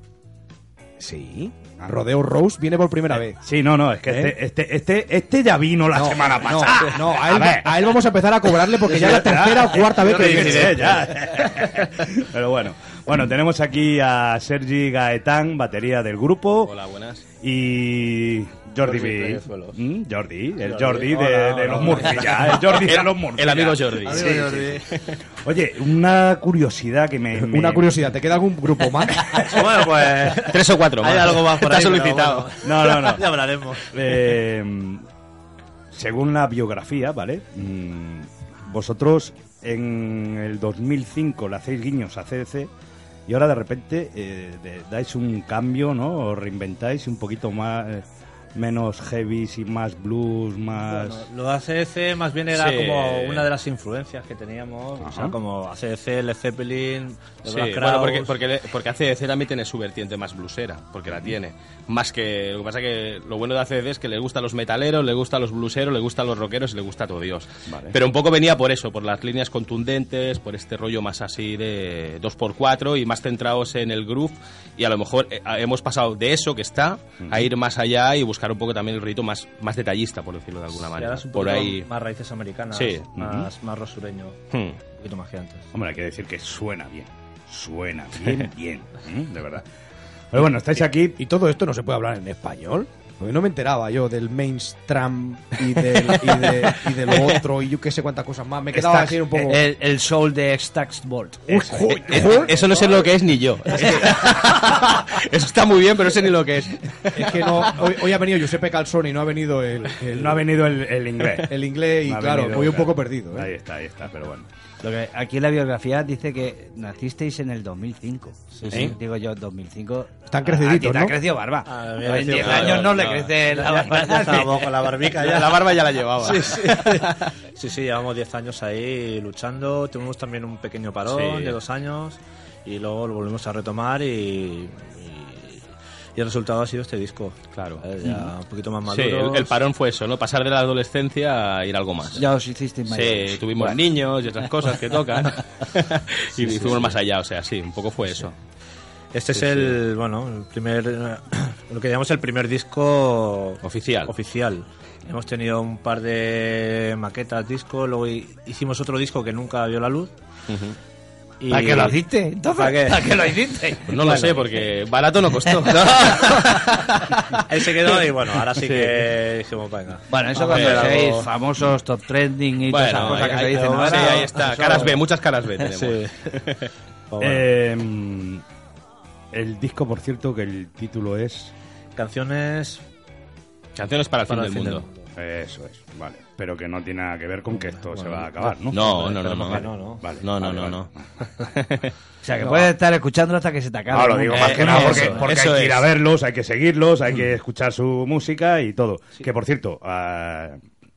Speaker 5: Sí. Rodeo Rose viene por primera vez.
Speaker 6: Sí, no, no, es que
Speaker 5: ¿Eh?
Speaker 6: este, este, este, este ya vino la
Speaker 5: No,
Speaker 6: semana
Speaker 5: no, pues
Speaker 6: pasada.
Speaker 5: No, a, él,
Speaker 6: ver.
Speaker 5: a él vamos a empezar a cobrarle porque ya la tercera o cuarta vez que viene.
Speaker 6: Pero bueno. Bueno, tenemos aquí a Sergi Gaetán, batería del grupo.
Speaker 12: buenas.
Speaker 6: Y
Speaker 14: Jordi
Speaker 6: Jordi B.
Speaker 14: Pleguezuelos.
Speaker 6: Mm, Jordi, el
Speaker 14: Jordi.
Speaker 6: Jordi de,
Speaker 14: Hola,
Speaker 6: de los
Speaker 14: hola.
Speaker 6: Murphy ya, el Jordi de
Speaker 14: El-
Speaker 6: los Murphy.
Speaker 14: el amigo
Speaker 6: ya.
Speaker 14: Jordi.
Speaker 6: Sí,
Speaker 14: Amigo
Speaker 6: sí, sí.
Speaker 14: Jordi.
Speaker 6: Oye, una curiosidad que me...
Speaker 5: Una curiosidad, ¿te queda algún grupo más?
Speaker 6: Bueno, pues...
Speaker 14: Tres o cuatro más. Hay algo más por Está ahí, pero solicitado. bueno.
Speaker 6: No, no, no.
Speaker 14: Ya hablaremos.
Speaker 6: Eh, según la biografía, ¿vale? Mm, vosotros en el 2005 le hacéis guiños a CDC y ahora de repente eh, de- dais un cambio, ¿no? Os reinventáis un poquito más... eh, menos heavy y más blues, más...
Speaker 12: Bueno, lo de ACDC más bien era
Speaker 14: Sí.
Speaker 12: como una de las influencias que teníamos. O sea,
Speaker 14: Ajá.
Speaker 12: como ACDC, Led Zeppelin, The
Speaker 14: Sí,
Speaker 12: Black
Speaker 14: bueno,
Speaker 12: Crowes.
Speaker 14: porque, porque, le- porque ACDC también tiene su vertiente más blusera, porque la tiene. Más que. Lo que pasa que lo bueno de ACDC es que le gusta a los metaleros, le gusta a los bluseros, le gusta a los rockeros y le gusta a todo Dios. Pero un poco venía por eso, por las líneas contundentes, por este rollo más así de 2x4 y más centrados en el groove. Y a lo mejor eh, a- hemos pasado de eso que está a ir más allá y buscar un poco también el rito más, más detallista, por decirlo de
Speaker 12: Y
Speaker 14: alguna
Speaker 12: ahora
Speaker 14: manera.
Speaker 12: es un
Speaker 14: por
Speaker 12: poquito
Speaker 14: ahí.
Speaker 12: más raíces americanas,
Speaker 14: Sí.
Speaker 12: más, más rosureño,
Speaker 14: Hmm.
Speaker 12: un poquito más que antes.
Speaker 6: Hombre, hay que decir que suena bien. Suena bien, bien. ¿eh? De verdad. Pero bueno, estáis aquí.
Speaker 5: ¿Y todo esto no se puede hablar en español? Porque no me enteraba yo del mainstream y, del, y, de, y de lo otro y yo qué sé cuántas cosas más. Me quedaba
Speaker 15: Stax-
Speaker 5: así un poco...
Speaker 15: El, el soul de Stax Bolt.
Speaker 14: Eh, eh, Eso no sé lo que es ni yo. Eso está muy bien, pero no sé ni lo que es.
Speaker 5: Es que no, hoy, hoy ha venido Giuseppe Calzoni, no ha venido el, el-
Speaker 6: No ha venido el, el inglés.
Speaker 5: El inglés y
Speaker 6: No ha
Speaker 5: claro,
Speaker 6: venido,
Speaker 5: voy un
Speaker 6: claro.
Speaker 5: poco perdido. ¿eh?
Speaker 6: Ahí está, ahí está, pero bueno.
Speaker 15: Lo que aquí en la biografía dice que nacisteis en el 2005.
Speaker 6: sí.
Speaker 15: ¿Eh? Digo yo, 2005.
Speaker 5: Están
Speaker 15: a-
Speaker 5: creciditos,
Speaker 15: a ti te ha
Speaker 5: ¿no?
Speaker 15: crecido barba.
Speaker 12: Ah, me ha
Speaker 15: en
Speaker 12: crecido
Speaker 15: 10
Speaker 12: barba,
Speaker 15: años no le
Speaker 12: no.
Speaker 15: crece la
Speaker 12: Ya-
Speaker 15: barba.
Speaker 12: ya estábamos con la barbica ya.
Speaker 14: La barba ya la llevaba.
Speaker 12: Sí, sí. Sí, sí, llevamos 10 años ahí luchando. Tuvimos también un pequeño parón
Speaker 14: Sí.
Speaker 12: de dos años y luego lo volvimos a retomar y, y, y el resultado ha sido este disco. Claro. Ya un poquito más
Speaker 14: Sí,
Speaker 12: maduro.
Speaker 14: el, el parón fue eso, ¿no? Pasar de la adolescencia a ir a algo más.
Speaker 15: Ya os hicisteis mayores.
Speaker 14: Sí, tuvimos
Speaker 15: Bueno.
Speaker 14: niños y otras cosas que tocan. y
Speaker 12: Sí, sí,
Speaker 14: fuimos
Speaker 12: sí.
Speaker 14: más allá, o sea, sí, un poco fue eso.
Speaker 12: Este
Speaker 14: Sí,
Speaker 12: es el, bueno, el primer, eh, lo que llamamos el primer disco
Speaker 14: oficial.
Speaker 12: Oficial. Hemos tenido un par de maquetas, discos, luego hi- hicimos otro disco que nunca vio la luz. Y-
Speaker 14: Ah,
Speaker 15: ¿Para qué lo hiciste? Entonces,
Speaker 12: ¿Para qué?
Speaker 15: ¿Para qué lo hiciste?
Speaker 14: Pues no lo sé, porque barato no costó.
Speaker 12: Él se quedó y bueno, ahora sí,
Speaker 14: Sí.
Speaker 12: que dijimos, venga.
Speaker 15: Bueno, eso
Speaker 12: vamos a
Speaker 15: cuando
Speaker 12: hacer
Speaker 15: seáis
Speaker 12: algo.
Speaker 15: famosos, top trending y todas esas cosas que se dicen
Speaker 14: sí,
Speaker 15: ahora.
Speaker 14: ahí está.
Speaker 15: eso-
Speaker 14: Caras B, muchas caras B tenemos.
Speaker 6: Eh, el disco, por cierto, que el título es.
Speaker 12: Canciones.
Speaker 14: Canciones para el
Speaker 12: Para
Speaker 14: fin,
Speaker 12: el
Speaker 14: del
Speaker 12: fin
Speaker 14: mundo.
Speaker 6: Eso es, vale. Pero que no tiene nada que ver con que esto se va a acabar, ¿no?
Speaker 14: No, no, no, no.
Speaker 6: Vale,
Speaker 14: no,
Speaker 12: no.
Speaker 6: Vale,
Speaker 14: No, no,
Speaker 6: vale,
Speaker 14: no,
Speaker 6: vale.
Speaker 14: no.
Speaker 15: O sea, que puedes estar escuchándolo hasta que se te
Speaker 12: Ah,
Speaker 15: acabe.
Speaker 6: No, lo digo más que
Speaker 15: Eh,
Speaker 6: nada
Speaker 15: eso,
Speaker 6: porque, porque
Speaker 15: eso
Speaker 6: hay que ir
Speaker 15: es. Mm.
Speaker 6: a verlos, hay que seguirlos, hay que escuchar su música y todo. Que por cierto, ah,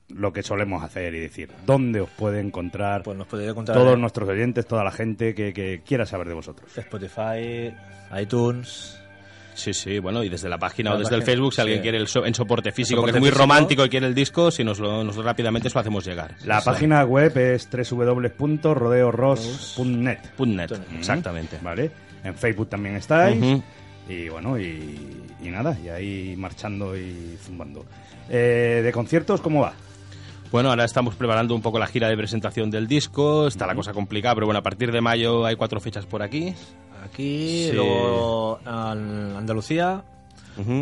Speaker 6: lo que solemos hacer y decir, ¿dónde os puede encontrar
Speaker 12: Pues nos podéis encontrar
Speaker 6: todos
Speaker 12: en-
Speaker 6: nuestros oyentes, toda la gente que, que quiera saber de vosotros?
Speaker 12: Spotify, iTunes.
Speaker 14: Sí, sí, bueno, y desde la página
Speaker 12: La
Speaker 14: o desde el
Speaker 12: página,
Speaker 14: Facebook, si alguien
Speaker 12: sí.
Speaker 14: quiere el so- en soporte físico,
Speaker 12: Soporte
Speaker 14: que es muy
Speaker 12: físico.
Speaker 14: romántico y quiere el disco, si nos lo, nosotros rápidamente os lo hacemos llegar.
Speaker 6: La
Speaker 14: Sí.
Speaker 6: página web es www.rodeoros.net.
Speaker 14: Punnet,
Speaker 6: Mm.
Speaker 14: exactamente.
Speaker 6: Vale. En Facebook también estáis.
Speaker 14: Ujú.
Speaker 6: Y bueno, y, y nada, y ahí marchando y zumbando. Eh, ¿De conciertos cómo va?
Speaker 14: Bueno, ahora estamos preparando un poco la gira de presentación del disco, está la cosa complicada, pero bueno, a partir de mayo hay cuatro fechas por aquí.
Speaker 12: Aquí,
Speaker 14: Sí.
Speaker 12: luego al- Andalucía.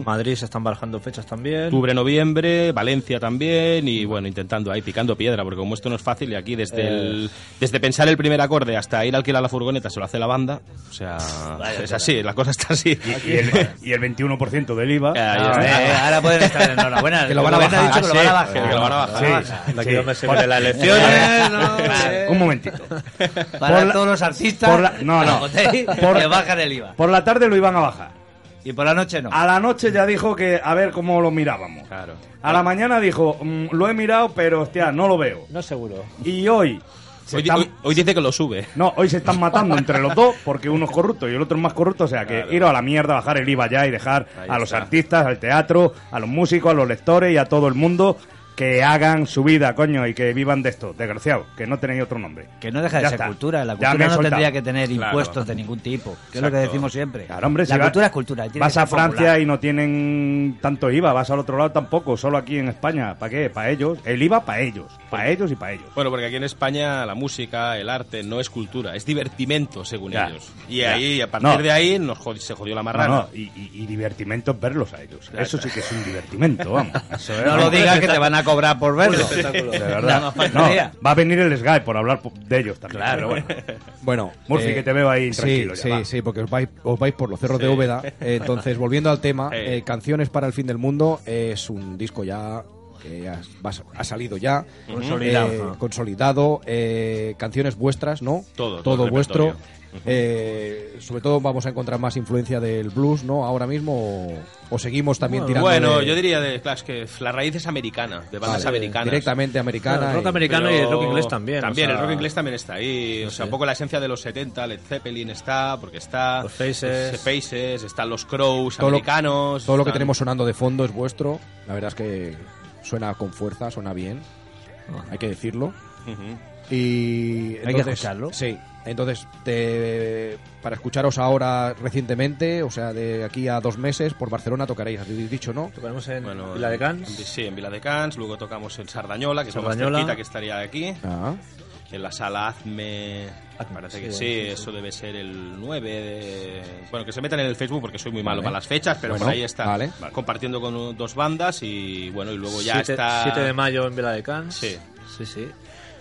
Speaker 12: Madrid se están barajando fechas también.
Speaker 14: Octubre, noviembre, Valencia también, y bueno, intentando ahí picando piedra, porque como esto no es fácil, y aquí desde,
Speaker 12: Eh.
Speaker 14: el- desde pensar el primer acorde hasta ir a alquilar la furgoneta se lo hace la banda, o sea, es
Speaker 6: tela.
Speaker 14: así, la cosa está así.
Speaker 6: Y, y el, y el 21% del IVA.
Speaker 14: Ah, está. eh, ahora pueden estar en enhorabuena.
Speaker 6: Que lo van a
Speaker 14: Rubén ha
Speaker 6: bajar.
Speaker 14: dicho que lo
Speaker 6: Ah,
Speaker 14: van a bajar.
Speaker 6: sí.
Speaker 14: Que lo van a bajar. Ah,
Speaker 6: Sí,
Speaker 14: De aquí
Speaker 6: sí.
Speaker 14: no me sé
Speaker 6: Por-
Speaker 14: de las elecciones,
Speaker 15: no, eh.
Speaker 6: Un momentito.
Speaker 15: Para
Speaker 6: Por la-
Speaker 15: todos los artistas,
Speaker 6: por la- no, no. Por-
Speaker 15: que bajan el IVA.
Speaker 6: Por Ah, la tarde lo iban a bajar.
Speaker 15: Y por la noche no.
Speaker 6: A la noche ya dijo que a ver cómo lo mirábamos.
Speaker 14: Claro.
Speaker 6: A la mañana dijo, "Mm, lo he mirado, pero hostia, no lo veo.
Speaker 12: No seguro.
Speaker 6: Y hoy. se
Speaker 14: Hoy,
Speaker 6: están-
Speaker 14: hoy- hoy dice que lo sube.
Speaker 6: No, hoy se están matando entre los dos porque uno es corrupto y el otro es más corrupto. O sea, que ir a la mierda, bajar el IVA ya y dejar
Speaker 14: Ahí
Speaker 6: a los
Speaker 14: está.
Speaker 6: artistas, al teatro, a los músicos, a los lectores y a todo el mundo que hagan su vida, coño, y que vivan de esto, desgraciado, que no tenéis otro nombre.
Speaker 15: Que no deja de
Speaker 6: Ya
Speaker 15: ser
Speaker 6: está.
Speaker 15: cultura. La
Speaker 6: Ya me
Speaker 15: cultura
Speaker 6: he
Speaker 15: no
Speaker 6: soltado.
Speaker 15: tendría que tener
Speaker 6: Claro.
Speaker 15: impuestos de ningún tipo. Que es lo que
Speaker 6: Exacto.
Speaker 15: decimos siempre.
Speaker 6: Claro, hombre,
Speaker 15: la
Speaker 6: si va-
Speaker 15: cultura es cultura. y tiene
Speaker 6: Vas
Speaker 15: que
Speaker 6: a
Speaker 15: ser popular.
Speaker 6: Francia y no tienen tanto IVA, vas al otro lado tampoco, solo aquí en España. ¿Para qué? Para ellos. El IVA para ellos, para ellos y para ellos.
Speaker 14: Bueno, porque aquí en España la música, el arte, no es cultura, es divertimento, según
Speaker 6: Ya,
Speaker 14: ellos. Y
Speaker 6: ya.
Speaker 14: ahí, a partir
Speaker 6: No.
Speaker 14: de ahí, nos jod- se jodió la marrana.
Speaker 6: No, no, y, y- y divertimento es verlos a ellos. Eso sí que es un divertimento, vamos. Eso es-
Speaker 15: No lo digas que te van a cobrar por verlo.
Speaker 6: Un espectáculo, De
Speaker 15: Nada
Speaker 6: verdad.
Speaker 15: más faltaría.
Speaker 6: No, va a venir el Sky por hablar po- de ellos también.
Speaker 15: Claro.
Speaker 6: pero bueno.
Speaker 5: Bueno,
Speaker 6: Murphy,
Speaker 5: eh,
Speaker 6: que te veo ahí
Speaker 5: sí,
Speaker 6: tranquilo. ya,
Speaker 5: Sí,
Speaker 6: va.
Speaker 5: sí, porque os vais, os vais por los cerros
Speaker 6: Sí.
Speaker 5: de Úbeda. Eh, Entonces, volviendo al tema,
Speaker 6: Eh.
Speaker 5: eh, Canciones para el Fin del Mundo es un disco ya que ya va- ha salido ya.
Speaker 15: Consolidado,
Speaker 5: Eh,
Speaker 15: ¿no?
Speaker 5: consolidado, eh, canciones vuestras, ¿no?
Speaker 15: Todo, todo
Speaker 5: Todo
Speaker 15: el
Speaker 5: vuestro.
Speaker 15: repertorio.
Speaker 5: Eh, sobre todo vamos a encontrar más influencia del blues, ¿no? Ahora mismo o, o seguimos también tirando
Speaker 14: Bueno,
Speaker 5: de-
Speaker 14: yo diría de, claro, es que la raíz es americana, de bandas
Speaker 5: Vale,
Speaker 14: americanas.
Speaker 5: directamente americana Claro, el rock y-
Speaker 12: americano y el rock inglés también,
Speaker 14: También,
Speaker 12: o sea-
Speaker 14: el rock inglés también está ahí. O sea, un poco la esencia de los 70, Led Zeppelin está, porque está. Los
Speaker 12: Faces.
Speaker 14: Faces, están los Crows
Speaker 5: Todo lo-
Speaker 14: americanos.
Speaker 5: Todo lo que
Speaker 14: están-
Speaker 5: tenemos sonando de fondo es vuestro. La verdad es que suena con fuerza, suena bien. Hay que decirlo. Y
Speaker 15: que escucharlo.
Speaker 5: Sí. Entonces, te- para escucharos ahora recientemente, o sea, de aquí a dos meses, por Barcelona tocaréis, habéis dicho, ¿no?
Speaker 12: Tocaremos en
Speaker 14: Bueno,
Speaker 12: Vila de Cans.
Speaker 14: en- sí, en Vila de Cans. Luego tocamos en Sardañola, que es lo
Speaker 12: Sardañola.
Speaker 14: más cerquita que estaría de aquí.
Speaker 5: Ah.
Speaker 14: En la sala Hazme. Parece que
Speaker 12: sí,
Speaker 14: sí,
Speaker 12: sí, sí.
Speaker 14: eso debe ser el 9 de... Bueno, que se metan en el Facebook porque soy muy malo
Speaker 12: Vale.
Speaker 14: para las fechas, pero
Speaker 12: Bueno,
Speaker 14: por ahí está
Speaker 12: vale.
Speaker 14: compartiendo con uh, dos bandas y bueno, y luego ya
Speaker 12: Siete-
Speaker 14: está...
Speaker 12: 7 de mayo en Vila de Cans. Sí. Sí, sí.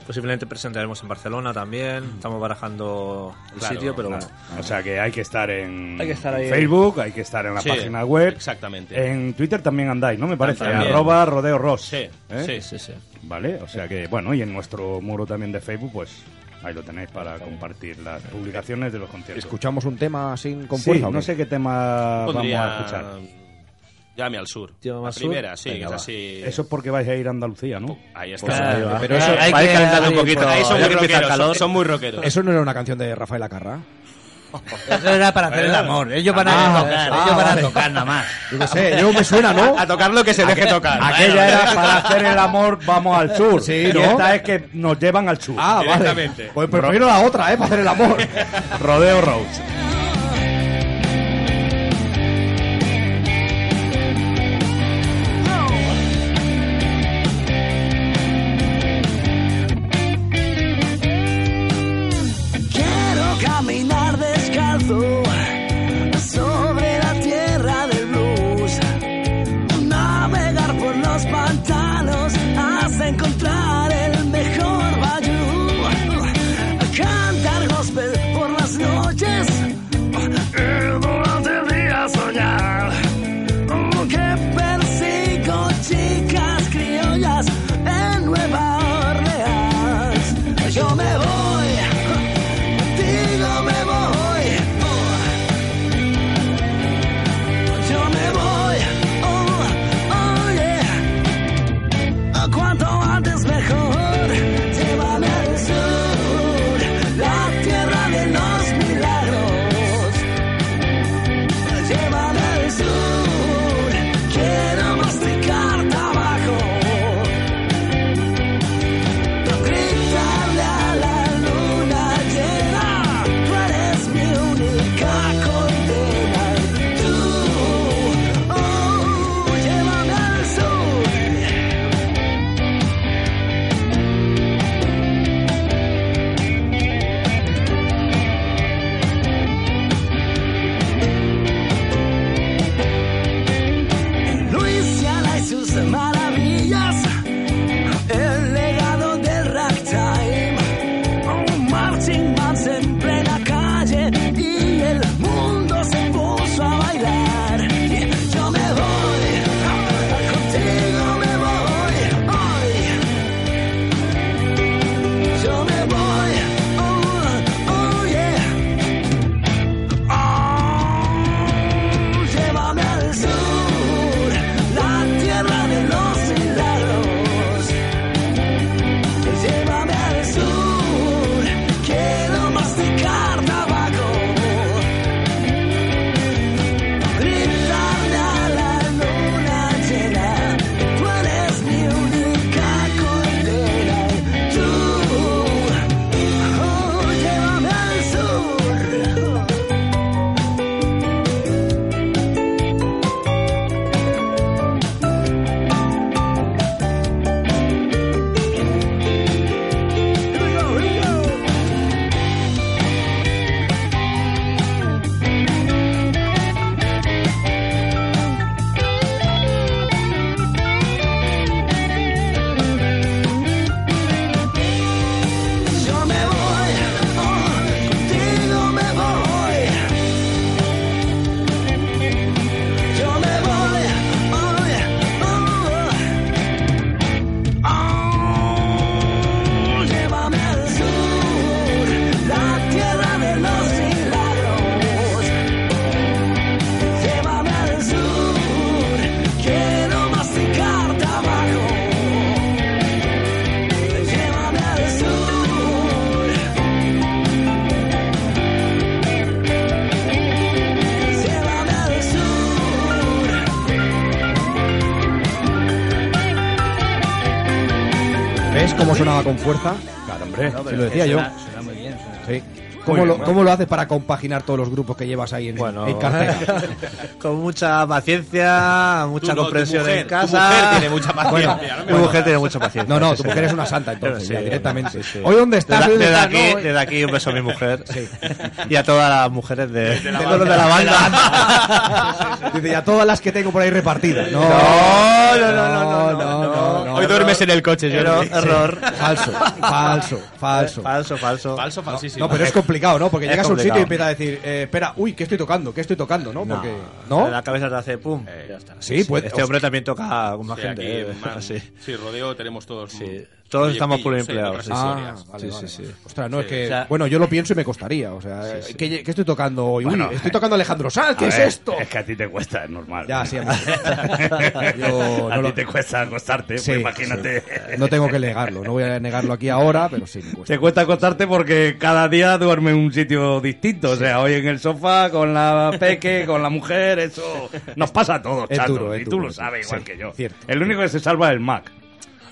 Speaker 12: Posiblemente presentaremos en Barcelona también.
Speaker 14: Mm.
Speaker 12: Estamos barajando el
Speaker 6: Claro,
Speaker 12: sitio, pero
Speaker 6: claro.
Speaker 12: bueno.
Speaker 6: O sea que hay que estar en
Speaker 12: Hay que estar ahí.
Speaker 6: Facebook, hay que estar en la
Speaker 12: Sí,
Speaker 6: página web.
Speaker 14: Exactamente.
Speaker 6: En Twitter también andáis, ¿no? Me parece.
Speaker 14: También.
Speaker 6: Arroba Rodeo Ross. ¿eh?
Speaker 14: Sí, sí, sí, sí.
Speaker 6: Vale, o sea que, bueno, y en nuestro muro también de Facebook, pues ahí lo tenéis para compartir las publicaciones de los conciertos.
Speaker 5: Escuchamos un tema sin con
Speaker 6: Sí,
Speaker 5: fuerza. ¿o
Speaker 6: no
Speaker 5: qué?
Speaker 6: sé qué tema
Speaker 14: Pondría-
Speaker 6: vamos a escuchar.
Speaker 14: Llame al sur.
Speaker 6: Llama
Speaker 14: La
Speaker 6: al sur.
Speaker 14: primera, sí,
Speaker 6: Venga,
Speaker 14: que es
Speaker 6: va.
Speaker 14: así...
Speaker 6: Eso es porque vais a ir a Andalucía, ¿no?
Speaker 14: Ahí está.
Speaker 5: Pues ahí va.
Speaker 6: Pero eso-
Speaker 5: Hay
Speaker 6: vais
Speaker 5: que
Speaker 6: calentando
Speaker 5: abrir por ahí.
Speaker 14: Ahí son
Speaker 5: Ya
Speaker 14: muy
Speaker 5: empieza el
Speaker 14: rockeros,
Speaker 5: calor.
Speaker 14: son muy rockeros.
Speaker 5: Eso no era una canción de Rafael Acarra.
Speaker 15: Eso era para hacer el amor. Ellos van a
Speaker 5: Ah,
Speaker 15: tocar,
Speaker 5: ah,
Speaker 15: ellos van
Speaker 5: vale.
Speaker 15: a tocar nada más.
Speaker 5: Yo qué sé, yo me suena, ¿no?
Speaker 14: A tocar lo que se deje tocar.
Speaker 6: Aquella
Speaker 14: Bueno,
Speaker 6: era para hacer el amor, vamos al sur.
Speaker 5: Sí,
Speaker 6: y
Speaker 5: ¿no?
Speaker 6: esta es que nos llevan al sur.
Speaker 5: Ah, vale.
Speaker 6: Directamente.
Speaker 5: Pues prefiero la otra, ¿eh? Para hacer el amor.
Speaker 6: Rodeo Roads.
Speaker 16: Quiero caminar descalzo sobre la tierra del blues, navegar por los pantanos hasta encontrar el mejor bayou, cantar gospel por las noches
Speaker 7: Oh, oh,
Speaker 14: oh,
Speaker 7: oh,
Speaker 5: cómo sonaba con fuerza?
Speaker 6: Claro, hombre.
Speaker 5: Si lo decía yo.
Speaker 7: Suena, suena muy bien. suena-
Speaker 5: Sí.
Speaker 7: Muy
Speaker 5: ¿Cómo lo,
Speaker 7: bien.
Speaker 5: ¿Cómo lo haces para compaginar todos los grupos que llevas ahí en, en cartera?
Speaker 12: con mucha paciencia, mucha
Speaker 5: no, tu
Speaker 12: comprensión
Speaker 5: mujer,
Speaker 12: en
Speaker 5: tu
Speaker 12: casa.
Speaker 5: mujer tiene mucha paciencia,
Speaker 12: Bueno,
Speaker 5: no me
Speaker 12: mi mujer
Speaker 5: jodas.
Speaker 12: tiene mucha paciencia.
Speaker 5: No, no, tu
Speaker 12: sí,
Speaker 5: mujer
Speaker 12: sí.
Speaker 5: es una santa, entonces,
Speaker 12: Bueno,
Speaker 5: ya,
Speaker 12: sí,
Speaker 5: directamente.
Speaker 12: bueno, sí, sí.
Speaker 5: Hoy, ¿dónde estás?
Speaker 12: Desde,
Speaker 5: ¿Dónde
Speaker 12: desde
Speaker 5: estás?
Speaker 12: aquí,
Speaker 5: No,
Speaker 12: desde aquí un beso a mi mujer. Y a todas las mujeres de, de,
Speaker 5: la banda.
Speaker 12: de la banda.
Speaker 5: Dice, y a todas las que tengo por ahí repartidas. No,
Speaker 12: No, no, no, no, no,
Speaker 14: Hoy duermes en el coche, yo
Speaker 12: Error, error.
Speaker 5: Falso, falso, falso.
Speaker 12: Falso, falso.
Speaker 14: Falso, falsísimo.
Speaker 5: No, pero es complicado, ¿no? Porque
Speaker 12: Es
Speaker 5: llegas a un sitio y
Speaker 12: complicado.
Speaker 5: empiezas a decir, eh, espera, uy, ¿qué estoy tocando? ¿Qué estoy tocando? ¿No? Porque, ¿no?
Speaker 12: ¿No? La cabeza te hace pum.
Speaker 7: Eh,
Speaker 12: ya está.
Speaker 5: sí,
Speaker 7: pues,
Speaker 5: puede-
Speaker 12: Este hombre también toca con más
Speaker 14: Sí,
Speaker 12: gente.
Speaker 14: aquí,
Speaker 12: eh,
Speaker 14: man,
Speaker 12: sí.
Speaker 14: sí, rodeo tenemos todos. Sí.
Speaker 12: Todos estamos pluriempleados. Sí, sí.
Speaker 5: Ah, vale,
Speaker 12: sí,
Speaker 5: vale,
Speaker 12: sí,
Speaker 5: vale.
Speaker 12: sí.
Speaker 5: Ostras, no, es
Speaker 12: Sí.
Speaker 5: que.
Speaker 12: O sea,
Speaker 5: bueno, yo lo pienso y me costaría. O sea,
Speaker 12: sí.
Speaker 5: ¿qué, qué estoy tocando hoy? Uy,
Speaker 6: Bueno,
Speaker 5: estoy tocando Alejandro Sanz, ¿qué
Speaker 6: A
Speaker 5: es
Speaker 6: ver,
Speaker 5: esto?
Speaker 6: Es que a ti te cuesta, es normal.
Speaker 5: Ya, sí, a mí. Yo no
Speaker 6: a ti
Speaker 5: lo-
Speaker 6: te cuesta acostarte,
Speaker 5: Sí,
Speaker 6: pues imagínate.
Speaker 5: sí. No tengo que negarlo, no voy a negarlo aquí ahora, pero sí. me cuesta.
Speaker 6: Pues Te cuesta acostarte porque cada día duerme en un sitio distinto. O sea, hoy en el sofá, con la peque, con la mujer, eso nos pasa a todos,
Speaker 5: Es
Speaker 6: chato.
Speaker 5: duro, es
Speaker 6: y tú
Speaker 5: duro,
Speaker 6: lo
Speaker 5: sí.
Speaker 6: sabes igual
Speaker 5: Sí,
Speaker 6: que yo.
Speaker 5: cierto.
Speaker 6: el único que se salva es el Mac,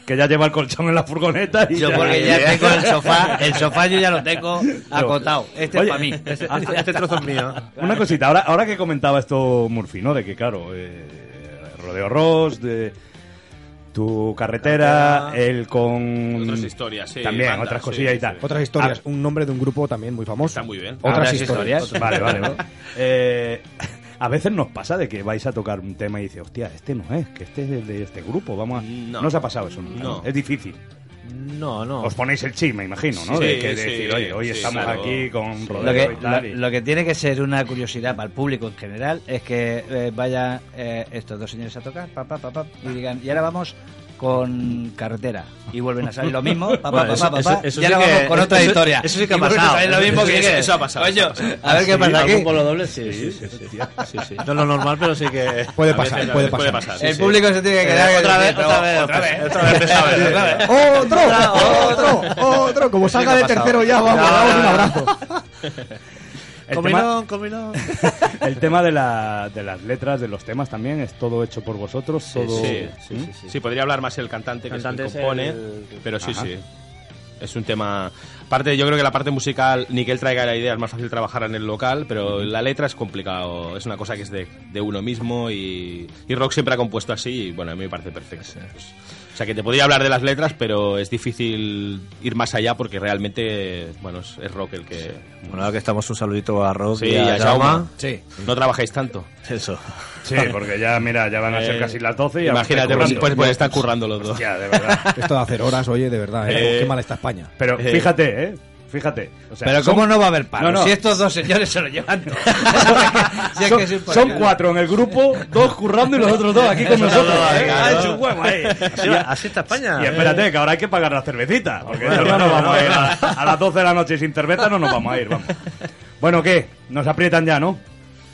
Speaker 6: que ya lleva el colchón en la furgoneta. Y
Speaker 15: Yo porque ya tengo el sofá, el sofá yo ya lo tengo acotado. Este
Speaker 6: Oye,
Speaker 15: es para mí.
Speaker 6: este-
Speaker 12: este trozo es mío.
Speaker 6: Una cosita, ahora, ahora que comentaba esto Murphy, ¿no? De que, claro, eh, Rodeo Ross, de tu carretera, el con...
Speaker 14: Otras historias, sí,
Speaker 6: También,
Speaker 14: bandas,
Speaker 6: otras
Speaker 14: sí,
Speaker 6: cosillas y
Speaker 14: sí,
Speaker 6: tal.
Speaker 5: Otras
Speaker 12: Ah.
Speaker 5: historias, un nombre de un grupo también muy famoso.
Speaker 14: Está muy bien.
Speaker 5: Otras historias.
Speaker 6: Vale, vale. vale. Eh, a veces nos pasa de que vais a tocar un tema y dices, hostia, este no es, que este es el de este grupo. Vamos a... no. os ha pasado eso nunca.
Speaker 12: No.
Speaker 6: ¿no? Es difícil.
Speaker 12: No, no.
Speaker 6: Os ponéis el chip, me imagino, ¿no?
Speaker 12: Sí,
Speaker 6: de que de
Speaker 12: sí,
Speaker 6: decir, oye, hoy
Speaker 12: sí,
Speaker 6: estamos
Speaker 12: claro.
Speaker 6: aquí con
Speaker 12: Sí.
Speaker 6: rodeo
Speaker 12: Lo
Speaker 6: y
Speaker 12: que-
Speaker 6: tal.
Speaker 15: Lo,
Speaker 6: y-
Speaker 15: lo que tiene que ser una curiosidad para el público en general es que eh, vayan eh, estos dos señores a tocar, pa, pa, pa, pa, y digan, y ahora vamos con carretera. Y vuelven a salir lo mismo, pa, pa,
Speaker 12: Bueno,
Speaker 15: pa,
Speaker 12: eso-
Speaker 15: pa, pa,
Speaker 12: eso-
Speaker 15: pa,
Speaker 12: eso
Speaker 15: y
Speaker 12: sí
Speaker 15: ahora
Speaker 12: que-
Speaker 15: vamos con
Speaker 12: eso-
Speaker 15: otra
Speaker 12: eso-
Speaker 15: historia.
Speaker 12: eso sí que ha
Speaker 15: Y vuelven a
Speaker 12: pasado. ¿eh?
Speaker 15: salir lo mismo que
Speaker 12: Eso-
Speaker 15: que-
Speaker 12: eso ha pasado,
Speaker 15: Coño,
Speaker 12: eso ha pasado.
Speaker 15: a ver qué
Speaker 12: Sí,
Speaker 15: pasa aquí.
Speaker 12: algún bolo doble, sí, sí, sí, sí, tío. Sí, sí. No es lo normal, pero sí que...
Speaker 5: Puede
Speaker 12: a veces-
Speaker 5: pasar,
Speaker 12: a
Speaker 5: puede
Speaker 12: veces
Speaker 5: pasar.
Speaker 12: Sí,
Speaker 15: El
Speaker 12: sí.
Speaker 15: público se tiene que
Speaker 12: Eh,
Speaker 15: quedar
Speaker 12: otra
Speaker 15: con
Speaker 12: vez,
Speaker 15: el
Speaker 12: otra vez,
Speaker 15: centro.
Speaker 12: otra vez, otra vez, otra vez, otra vez.
Speaker 5: ¡Otro! ¡Otro! ¡Otro! Como salga
Speaker 12: Sí,
Speaker 5: de
Speaker 12: me ha pasado.
Speaker 5: tercero ya, vamos,
Speaker 12: No,
Speaker 5: damos
Speaker 12: no,
Speaker 5: un
Speaker 12: no.
Speaker 5: abrazo.
Speaker 15: Este
Speaker 6: El
Speaker 12: Comilón, comilón.
Speaker 6: El tema de, la, de las letras, de los temas también, es todo hecho por vosotros, todo...
Speaker 14: Sí, sí, sí, sí. Sí, podría hablar más el cantante que
Speaker 12: Cantante
Speaker 14: es
Speaker 12: es
Speaker 14: el que compone,
Speaker 12: el-
Speaker 14: pero sí,
Speaker 12: Ajá.
Speaker 14: sí. Es un tema. Aparte, yo creo que la parte musical, ni que él traiga la idea, es más fácil trabajar en el local, pero la letra es complicado. Es una cosa que es de, de uno mismo y, y Rock siempre ha compuesto así y bueno, a mí me parece perfecto. Pues, o sea, que te podría hablar de las letras, pero es difícil ir más allá porque realmente, bueno, es, es Rock el que.
Speaker 12: Bueno, ahora que estamos un saludito a Rob
Speaker 14: Sí,
Speaker 12: y a
Speaker 14: a Jaume.
Speaker 12: Jaume.
Speaker 14: Sí. No trabajáis tanto.
Speaker 12: Eso.
Speaker 6: Sí, porque ya, mira, ya van a ser
Speaker 14: Eh,
Speaker 6: casi las 12 y ya
Speaker 14: Imagínate,
Speaker 6: vamos a
Speaker 14: pues,
Speaker 6: estar
Speaker 14: pues,
Speaker 6: currando.
Speaker 14: están currando los dos.
Speaker 6: Hostia, de verdad.
Speaker 5: Esto de hacer horas, oye, de verdad, ¿eh?
Speaker 6: Eh,
Speaker 5: Qué mal está España.
Speaker 6: Pero
Speaker 5: Eh,
Speaker 6: fíjate, ¿eh? Fíjate. O sea,
Speaker 15: Pero
Speaker 6: son-
Speaker 15: ¿cómo no va a haber paro?
Speaker 6: No, no.
Speaker 15: Si estos dos señores se lo llevan todo. Si es que
Speaker 6: son,
Speaker 15: es imposible.
Speaker 6: son cuatro en el grupo, dos currando y los otros dos aquí con
Speaker 12: Eso
Speaker 6: nosotros.
Speaker 12: no,
Speaker 6: ¿eh?
Speaker 12: claro.
Speaker 6: Ha hecho un huevo ahí.
Speaker 12: Así, va- así está España. ¿eh?
Speaker 6: Y espérate, que ahora hay que pagar la cervecita. Porque si no, nos vamos a ir a, a las 12 de la noche sin cerveza, no nos vamos a ir, vamos. Bueno, ¿qué? Nos aprietan ya, ¿no?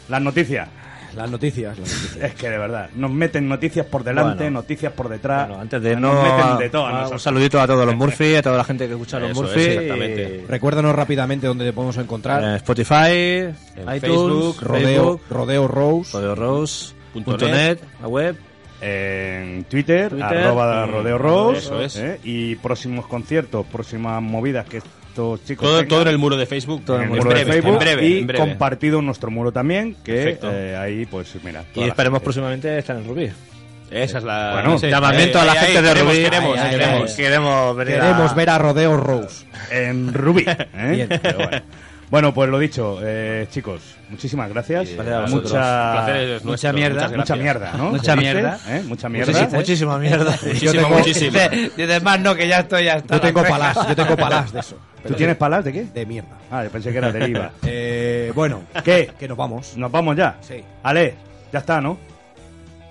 Speaker 6: Las noticias.
Speaker 5: Las noticias, las noticias.
Speaker 6: Es que de verdad, nos meten noticias por delante,
Speaker 12: Bueno.
Speaker 6: noticias por detrás.
Speaker 12: Bueno, antes de
Speaker 6: nos
Speaker 12: no,
Speaker 6: meten Ah, de todo. a
Speaker 12: un
Speaker 6: nosotros.
Speaker 12: saludito a todos los Murphy, a toda la gente que escucha a los
Speaker 14: Eso es,
Speaker 12: Murphy.
Speaker 14: exactamente.
Speaker 12: y-
Speaker 5: Recuérdanos rápidamente dónde te podemos encontrar.
Speaker 12: Eh, Spotify, iTunes,
Speaker 14: Facebook,
Speaker 5: Rodeo, Rodeo Rose.
Speaker 12: Rodeo Rose,
Speaker 14: Punto
Speaker 12: punto
Speaker 14: net.
Speaker 12: net, la web.
Speaker 6: en Twitter,
Speaker 12: Twitter.
Speaker 6: arroba
Speaker 12: Mm,
Speaker 6: Rodeo Rose.
Speaker 14: eso es.
Speaker 6: ¿eh? Y próximos conciertos, próximas movidas que estos chicos.
Speaker 14: Todo,
Speaker 6: tengan.
Speaker 14: todo en el muro de Facebook.
Speaker 12: Todo en el
Speaker 6: En
Speaker 12: muro de
Speaker 14: breve,
Speaker 6: Facebook
Speaker 14: en breve,
Speaker 6: y
Speaker 14: en breve.
Speaker 6: compartido en nuestro muro también, que
Speaker 14: Perfecto.
Speaker 6: eh, ahí pues mira. toda
Speaker 12: Y
Speaker 6: la
Speaker 12: esperemos
Speaker 6: gente.
Speaker 12: próximamente estar en Rubí.
Speaker 14: Esa es la.
Speaker 6: Bueno,
Speaker 12: Llamamiento a la gente de
Speaker 14: queremos,
Speaker 12: Rubí.
Speaker 14: Queremos,
Speaker 12: Ay, ay, ay,
Speaker 14: queremos.
Speaker 12: queremos venir a-
Speaker 5: Queremos ver a Rodeo Rose.
Speaker 6: En Rubí. ¿eh?
Speaker 5: Bien.
Speaker 6: Pero bueno. Bueno, pues lo dicho, eh, chicos, muchísimas gracias.
Speaker 12: Gracias a vosotros.
Speaker 6: mucha,
Speaker 14: El placer es nuestro,
Speaker 6: mucha mierda,
Speaker 14: muchas
Speaker 6: mucha
Speaker 14: gracias.
Speaker 6: mierda, ¿no?
Speaker 15: Mucha
Speaker 6: Como dice,
Speaker 15: mierda.
Speaker 6: ¿eh? Mucha mierda.
Speaker 12: Muchísima, muchísima mierda.
Speaker 14: Muchísima,
Speaker 5: Yo tengo-
Speaker 14: muchísima.
Speaker 15: Dice, dice, más no, que ya estoy hasta
Speaker 5: Yo tengo
Speaker 15: las
Speaker 5: palas,
Speaker 15: cejas".
Speaker 5: yo tengo palas de eso.
Speaker 6: ¿Tú tienes palas de qué?
Speaker 5: De mierda.
Speaker 6: Ah, yo pensé que era deriva.
Speaker 5: Eh, bueno,
Speaker 6: ¿Qué?
Speaker 5: que nos vamos.
Speaker 6: ¿Nos vamos ya?
Speaker 5: Sí.
Speaker 6: Ale, ya está, ¿no?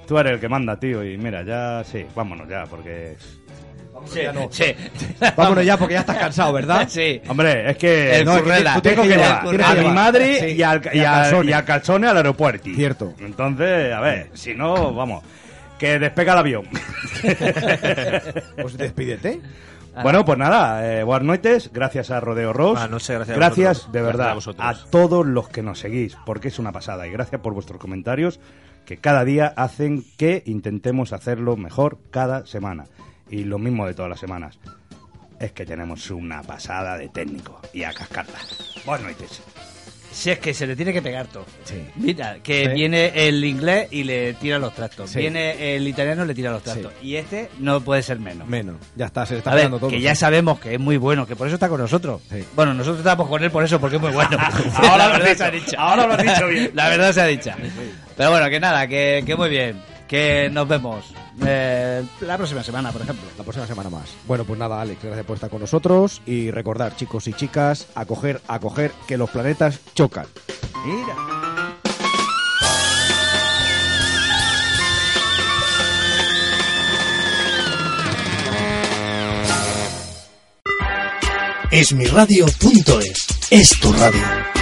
Speaker 6: Tú eres el que manda, tío, y mira, ya sí, vámonos ya, porque...
Speaker 15: Sí, sí.
Speaker 5: Vámonos ya porque ya estás cansado, ¿verdad?
Speaker 15: Sí.
Speaker 6: Hombre, es que...
Speaker 15: El
Speaker 6: No, es que
Speaker 15: currela.
Speaker 6: tú tengo que
Speaker 15: El
Speaker 6: llevar
Speaker 15: currela.
Speaker 6: a mi madre
Speaker 5: Sí.
Speaker 6: y, al, y,
Speaker 5: Y a
Speaker 6: al-
Speaker 5: calzones.
Speaker 6: y a calzones al aeropuerto.
Speaker 5: Cierto.
Speaker 6: Entonces, a ver, si no, vamos, que despega el avión.
Speaker 5: Pues despídete. Ah.
Speaker 6: Bueno, pues nada, eh, buenas noches, gracias a Rodeo Ross.
Speaker 12: Buenas noches, gracias a
Speaker 6: Gracias,
Speaker 12: vosotros.
Speaker 6: de verdad,
Speaker 14: Gracias a
Speaker 6: a,
Speaker 14: vosotros.
Speaker 6: todos los que nos seguís, porque es una pasada. Y gracias por vuestros comentarios, que cada día hacen que intentemos hacerlo mejor cada semana. Y lo mismo de todas las semanas. es que tenemos una pasada de técnico y a cascarla. Buenas noites.
Speaker 7: Si es que se le tiene que pegar todo.
Speaker 6: Sí.
Speaker 7: Mira, que
Speaker 6: Sí.
Speaker 7: viene el inglés y le tira los tractos.
Speaker 6: Sí.
Speaker 7: Viene el italiano y le tira los tractos. Y este no puede ser menos.
Speaker 5: Menos. Ya está, se está
Speaker 7: A ver,
Speaker 5: pegando todo.
Speaker 7: que ya sabemos que es muy bueno, que por eso está con nosotros. Bueno, nosotros estamos con él por eso, porque es muy bueno.
Speaker 6: Ahora
Speaker 7: La
Speaker 6: lo has
Speaker 7: verdad
Speaker 6: dicho,
Speaker 7: se ha dicho.
Speaker 6: ahora lo has dicho bien.
Speaker 7: La verdad se ha dicho. Pero bueno, que nada, que, que muy bien. Que nos vemos eh, la próxima semana, por ejemplo.
Speaker 5: La próxima semana más. Bueno, pues nada, Alex, gracias por estar con nosotros y recordar, chicos y chicas, acoger, acoger, que los planetas chocan.
Speaker 7: Mira.
Speaker 2: esmiradio.es es tu radio.